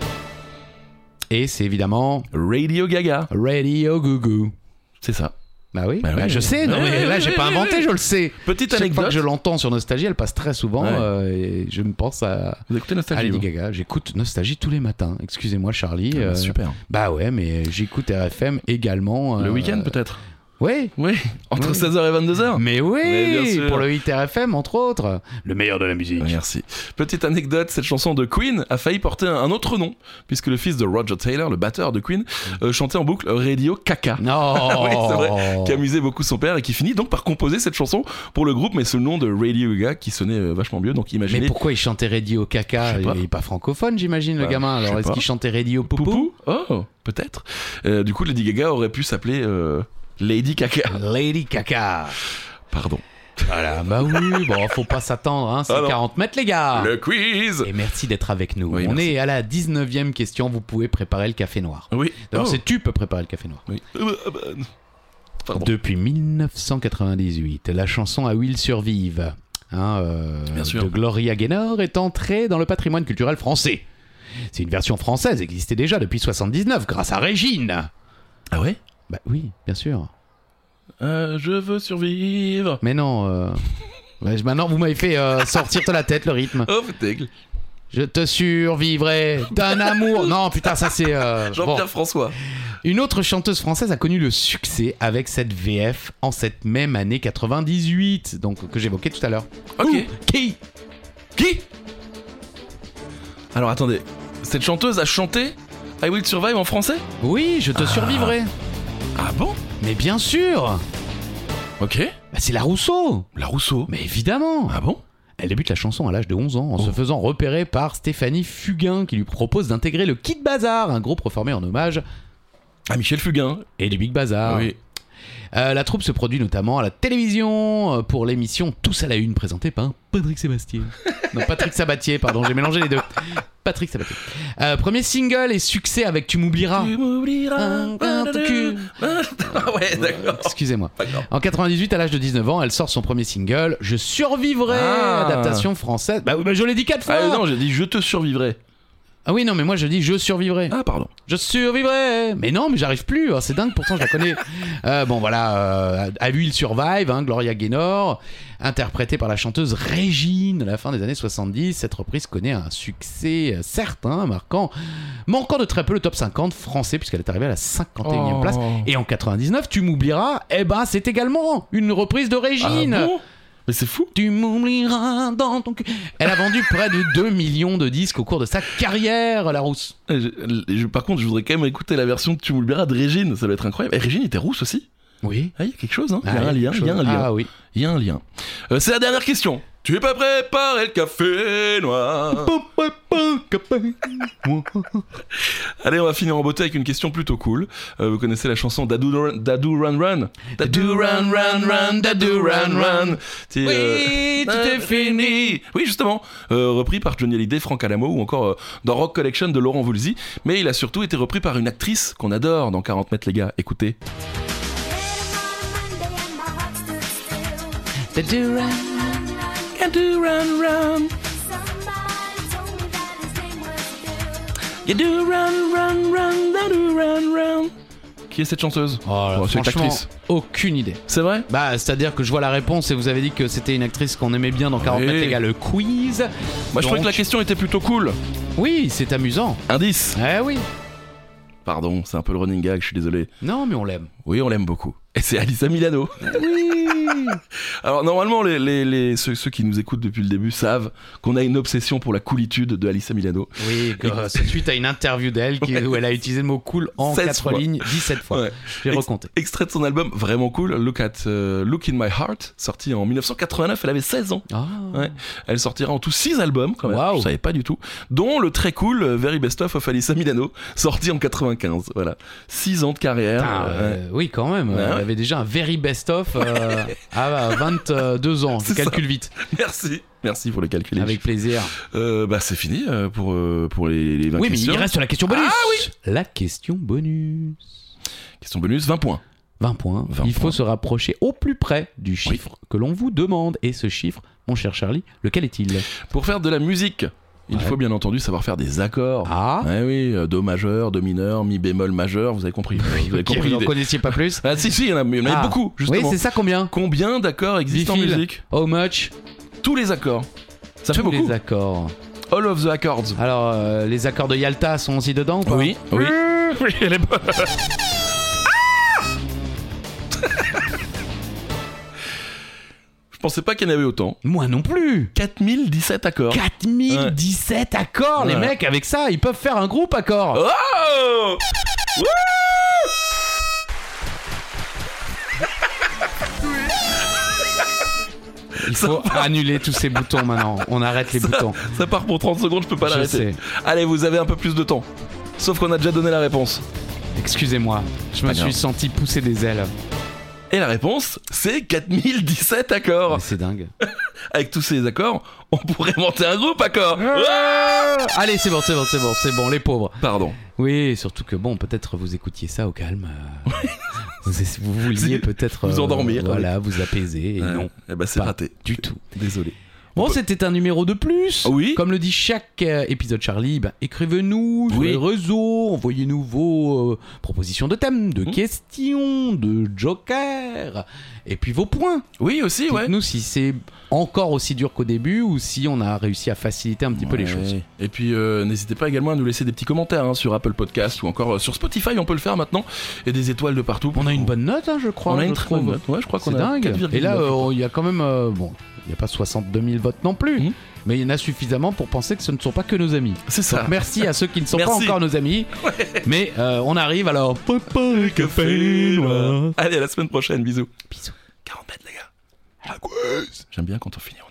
Speaker 2: Et c'est évidemment
Speaker 1: Radio Gaga.
Speaker 2: Radio Gugu.
Speaker 1: C'est ça.
Speaker 2: Bah oui,
Speaker 1: Bah oui.
Speaker 2: Bah, je sais, non,
Speaker 1: Oui,
Speaker 2: mais
Speaker 1: oui,
Speaker 2: là
Speaker 1: oui,
Speaker 2: j'ai
Speaker 1: oui,
Speaker 2: pas
Speaker 1: oui,
Speaker 2: inventé,
Speaker 1: oui.
Speaker 2: je le sais.
Speaker 1: Petite
Speaker 2: Chaque fois que
Speaker 1: anecdote.
Speaker 2: je l'entends sur Nostalgie, elle passe très souvent
Speaker 1: Ouais.
Speaker 2: euh, et je me pense à,
Speaker 1: Vous écoutez
Speaker 2: à
Speaker 1: Nostalgie
Speaker 2: Lady
Speaker 1: vous
Speaker 2: Gaga. J'écoute Nostalgie tous les matins. Excusez-moi Charlie.
Speaker 1: Ah, bah,
Speaker 2: euh,
Speaker 1: Super.
Speaker 2: bah ouais, mais j'écoute RFM également.
Speaker 1: Le
Speaker 2: euh,
Speaker 1: week-end Ah. peut-être
Speaker 2: Ouais.
Speaker 1: Oui. Entre
Speaker 2: Oui.
Speaker 1: 16h et 22h
Speaker 2: Mais
Speaker 1: Mais bien
Speaker 2: oui,
Speaker 1: sûr.
Speaker 2: pour le 8 RFM entre autres. Le meilleur de la musique.
Speaker 1: Merci. Petite anecdote, cette chanson de Queen a failli porter un- un autre nom, puisque le fils de Roger Taylor, le batteur de Queen, euh, chantait en boucle Radio Caca.
Speaker 2: Non.
Speaker 1: Ah Oui, c'est
Speaker 2: Oh.
Speaker 1: vrai, qui amusait beaucoup son père et qui finit donc par composer cette chanson pour le groupe, mais sous le nom de Radio Gaga qui sonnait euh, vachement mieux. Donc
Speaker 2: mais
Speaker 1: imaginez.
Speaker 2: pourquoi il chantait Radio Caca
Speaker 1: Je sais pas.
Speaker 2: Il est pas francophone, j'imagine, le
Speaker 1: Bah,
Speaker 2: gamin.
Speaker 1: je sais
Speaker 2: Alors est-ce
Speaker 1: pas.
Speaker 2: qu'il chantait Radio Poupou,
Speaker 1: Poupou Oh, peut-être. Euh, du coup, Lady Gaga aurait pu s'appeler euh, Lady Caca.
Speaker 2: Lady Caca.
Speaker 1: Pardon.
Speaker 2: Voilà, bah oui, bon, faut pas s'attendre, hein,
Speaker 1: Ah non.
Speaker 2: 140 mètres les gars
Speaker 1: Le quiz
Speaker 2: Et merci d'être avec nous.
Speaker 1: Oui,
Speaker 2: On
Speaker 1: merci.
Speaker 2: est à la 19e question, vous pouvez préparer le café noir.
Speaker 1: Oui.
Speaker 2: D'abord,
Speaker 1: Oh.
Speaker 2: c'est tu peux préparer le café noir.
Speaker 1: Oui. Euh, euh, euh, Pardon.
Speaker 2: Depuis 1998, la chanson À où il survive hein, euh,
Speaker 1: Bien sûr.
Speaker 2: de Gloria Gaynor est entrée dans le patrimoine culturel français. C'est une version française, existait déjà depuis 79 grâce à Régine.
Speaker 1: Ah ouais
Speaker 2: Bah oui, bien sûr.
Speaker 1: Euh, Je veux survivre.
Speaker 2: Mais non. euh, ouais, je- Maintenant, vous m'avez fait euh, sortir de la tête le rythme.
Speaker 1: Oh, putain.
Speaker 2: Je te survivrai d'un amour. Non, putain, ça c'est. euh,
Speaker 1: Jean-Pierre
Speaker 2: bon.
Speaker 1: François.
Speaker 2: Une autre chanteuse française a connu le succès avec cette VF en cette même année 98, donc que j'évoquais tout à l'heure.
Speaker 1: Ok.
Speaker 2: Qui
Speaker 1: Qui Alors attendez, cette chanteuse a chanté I Will Survive en français
Speaker 2: Oui, je te survivrai.
Speaker 1: Ah bon
Speaker 2: Mais bien sûr
Speaker 1: Ok.
Speaker 2: Bah, C'est la Rousseau
Speaker 1: La Rousseau.
Speaker 2: Mais évidemment
Speaker 1: Ah bon
Speaker 2: Elle débute la chanson à l'âge de 11 ans en se faisant repérer par Stéphanie Fugain qui lui propose d'intégrer le Kid Bazar, un groupe reformé en hommage
Speaker 1: Ah Michel Fugain.
Speaker 2: et du Big Bazar.
Speaker 1: Oui.
Speaker 2: Euh, la troupe se produit notamment à la télévision euh, pour l'émission Tous à la Une présentée par Patrick Sébastien. non, Patrick Sabatier, pardon, j'ai mélangé les deux. Patrick Sabatier. Euh, premier single et succès avec Tu m'oublieras.
Speaker 1: Tu m'oublieras.
Speaker 2: Un grand cul.
Speaker 1: Ah ouais, d'accord.
Speaker 2: Excusez-moi.
Speaker 1: Pas grave.
Speaker 2: En 98, à l'âge de 19 ans, elle sort son premier single, Je survivrai,
Speaker 1: Ah.
Speaker 2: adaptation française. Bah, oui, bah, je l'ai dit quatre fois.
Speaker 1: Ah non, j'ai dit je te survivrai.
Speaker 2: Ah oui, non, mais moi je dis Je survivrai.
Speaker 1: Ah pardon.
Speaker 2: Je survivrai Mais non, mais j'arrive plus, hein, c'est dingue, pourtant je la connais. Euh, bon voilà, euh, à lui il survive, hein, Gloria Gaynor, interprétée par la chanteuse Régine à la fin des années 70. Cette reprise connaît un succès euh, certain, marquant, manquant de très peu le top 50 français, puisqu'elle est arrivée à la 51e
Speaker 1: Oh.
Speaker 2: place. Et en 99, tu m'oublieras, eh ben c'est également une reprise de Régine
Speaker 1: Ah bon Mais c'est fou.
Speaker 2: tu m'oublieras dans ton cul. Elle a vendu près de 2 millions de disques au cours de sa carrière, la rousse.
Speaker 1: Eh, je- je- par contre, je voudrais quand même écouter la version de Tu m'oublieras de Régine. Ça doit être incroyable. Et Régine était rousse aussi.
Speaker 2: Oui.
Speaker 1: Ah, il y a quelque chose, hein. Il y
Speaker 2: Ah,
Speaker 1: a un lien. Il y a un
Speaker 2: quelque chose.
Speaker 1: lien.
Speaker 2: Ah oui.
Speaker 1: Il y a un lien. Euh, c'est la dernière question. Tu es pas préparé le café noir. Allez, on va finir en beauté avec une question plutôt cool. Euh, vous connaissez la chanson Dadou Run Dadou Run Run Dadou Run Run Run Dadou Run Run. C'est,
Speaker 2: Oui, tout est fini.
Speaker 1: Bah, Oui, justement, euh, repris par Johnny Hallyday, Franck Alamo ou encore euh, dans Rock Collection de Laurent Voulzy. Mais il a surtout été repris par une actrice qu'on adore dans 40 mètres, les gars. Écoutez. Dadou Run Run Dadou Run Run Run Dadou Run Run. Qui est cette chanteuse
Speaker 2: Oh là,
Speaker 1: Oh, c'est une
Speaker 2: franchement,
Speaker 1: actrice.
Speaker 2: aucune idée.
Speaker 1: C'est vrai
Speaker 2: Bah, c'est-à-dire que je vois la réponse et vous avez dit que c'était une actrice qu'on aimait bien dans 40
Speaker 1: Oui.
Speaker 2: mètres égale le quiz.
Speaker 1: Moi, je trouvais
Speaker 2: Donc,
Speaker 1: que la question était plutôt cool.
Speaker 2: Oui, c'est amusant.
Speaker 1: Indice.
Speaker 2: Eh oui.
Speaker 1: Pardon, c'est un peu le running gag, je suis désolé.
Speaker 2: Non, mais on l'aime.
Speaker 1: Oui, on l'aime beaucoup. Et c'est Alissa Milano. Alors normalement, les, les- les- ceux, ceux qui nous écoutent depuis le début savent qu'on a une obsession pour la coolitude de Alissa Milano.
Speaker 2: Oui, grâce. suite à une interview d'elle qui- où elle a utilisé le mot cool en
Speaker 1: Sept
Speaker 2: 4
Speaker 1: fois.
Speaker 2: lignes 17 fois.
Speaker 1: Ouais.
Speaker 2: Je vais
Speaker 1: Ex-
Speaker 2: recompter.
Speaker 1: Extrait de son album vraiment cool, Look at euh, Look in My Heart, sorti en 1989. Elle avait 16 ans.
Speaker 2: Ah.
Speaker 1: Ouais. Elle sortira en tout 6 albums, quand même.
Speaker 2: Wow.
Speaker 1: Je savais pas du tout. Dont le très cool euh, Very Best Of of Alissa Milano, sorti en 95. Voilà. 6 ans de carrière.
Speaker 2: Putain,
Speaker 1: Ouais.
Speaker 2: euh, oui, quand même.
Speaker 1: Ouais,
Speaker 2: elle
Speaker 1: ouais.
Speaker 2: avait déjà un very best of euh, à 22 ans. Je
Speaker 1: C'est ça.
Speaker 2: calcule vite.
Speaker 1: Merci. Merci pour le calcul.
Speaker 2: Avec plaisir.
Speaker 1: Euh, bah c'est fini euh, pour, euh, pour les, les 20
Speaker 2: Oui, mais
Speaker 1: questions.
Speaker 2: il reste la question bonus. Ah oui. La question bonus.
Speaker 1: Question bonus, 20 points.
Speaker 2: 20 points.
Speaker 1: 20
Speaker 2: Il faut
Speaker 1: points.
Speaker 2: se rapprocher au plus près du chiffre que l'on vous demande. Et ce chiffre, mon cher Charlie, lequel est-il
Speaker 1: Pour faire de la musique, il
Speaker 2: Ouais.
Speaker 1: faut bien entendu savoir faire des accords.
Speaker 2: Ah
Speaker 1: Ouais, oui, euh, do majeur, do mineur, mi bémol majeur, vous avez compris. vous avez
Speaker 2: Ok,
Speaker 1: compris
Speaker 2: vous n'en
Speaker 1: l'idée.
Speaker 2: connaissiez pas plus
Speaker 1: Ah si si, il y en a, il y en a
Speaker 2: Ah.
Speaker 1: beaucoup
Speaker 2: Oui,
Speaker 1: justement.
Speaker 2: c'est ça combien
Speaker 1: Combien d'accords existent en
Speaker 2: Bifil.
Speaker 1: musique
Speaker 2: How much
Speaker 1: Tous les accords. Ça fait
Speaker 2: Tous
Speaker 1: beaucoup.
Speaker 2: les accords.
Speaker 1: All of the accords.
Speaker 2: Alors, euh, les accords de Yalta sont aussi dedans ou pas
Speaker 1: Oui, oui. Oui, elle est bonne. Je pensais pas qu'il y en avait autant.
Speaker 2: Moi non plus
Speaker 1: 4017 accords.
Speaker 2: 4017 accords, les
Speaker 1: Ouais.
Speaker 2: mecs, avec ça, ils peuvent faire un groupe accord.
Speaker 1: Oh
Speaker 2: Il faut annuler tous ces boutons maintenant. On arrête les boutons.
Speaker 1: Ça part pour 30 secondes, je peux pas
Speaker 2: Je
Speaker 1: l'arrêter.
Speaker 2: sais.
Speaker 1: Allez, vous avez un peu plus de temps. Sauf qu'on a déjà donné la réponse.
Speaker 2: Excusez-moi, je
Speaker 1: Pas
Speaker 2: me
Speaker 1: grave.
Speaker 2: suis senti pousser des ailes.
Speaker 1: Et la réponse, c'est 4017 accords.
Speaker 2: Mais C'est dingue.
Speaker 1: Avec tous ces accords, on pourrait monter un groupe accord.
Speaker 2: Ah, Allez, c'est bon, c'est bon, c'est bon, c'est bon, les pauvres.
Speaker 1: Pardon.
Speaker 2: Oui, surtout que bon, peut-être vous écoutiez ça au calme. euh, vous, vous vouliez
Speaker 1: Si,
Speaker 2: peut-être
Speaker 1: vous endormir,
Speaker 2: Voilà, vous apaiser. Et
Speaker 1: Ouais.
Speaker 2: non,
Speaker 1: Eh ben, c'est
Speaker 2: Pas
Speaker 1: raté.
Speaker 2: du tout.
Speaker 1: Désolé.
Speaker 2: Bon, c'était un numéro de plus.
Speaker 1: Oui.
Speaker 2: Comme le dit chaque euh, épisode, Charlie, ben, écrivez-nous sur
Speaker 1: Oui.
Speaker 2: les réseaux, envoyez-nous vos euh, propositions de thèmes, de
Speaker 1: Mhm.
Speaker 2: questions, de jokers, et puis vos points.
Speaker 1: Oui, aussi, ouais.
Speaker 2: Dites-nous si c'est encore aussi dur qu'au début ou si on a réussi à faciliter un petit peu les
Speaker 1: Ouais.
Speaker 2: choses.
Speaker 1: Et puis euh, n'hésitez pas également à nous laisser des petits commentaires hein, sur Apple Podcast ou encore euh, sur Spotify, on peut le faire maintenant. Et des étoiles de partout.
Speaker 2: On a une bonne note, hein, je crois.
Speaker 1: On a une
Speaker 2: je
Speaker 1: très
Speaker 2: trouve.
Speaker 1: bonne note. Ouais, je crois qu'on
Speaker 2: C'est
Speaker 1: a
Speaker 2: dingue.
Speaker 1: 4,9.
Speaker 2: Et là, euh, on- il y a quand même. euh, bon, il n'y a pas 62 000 votes non plus,
Speaker 1: Mhm.
Speaker 2: mais il y en a suffisamment pour penser que ce ne sont pas que nos amis.
Speaker 1: c'est ça.
Speaker 2: Donc, merci à ceux qui ne sont pas
Speaker 1: Merci.
Speaker 2: encore nos amis. Mais euh, on arrive alors. Papa, café noir.
Speaker 1: Allez, à la semaine prochaine, bisous.
Speaker 2: Bisous.
Speaker 1: 40 mètres, les gars. La quiz. J'aime bien quand on finit en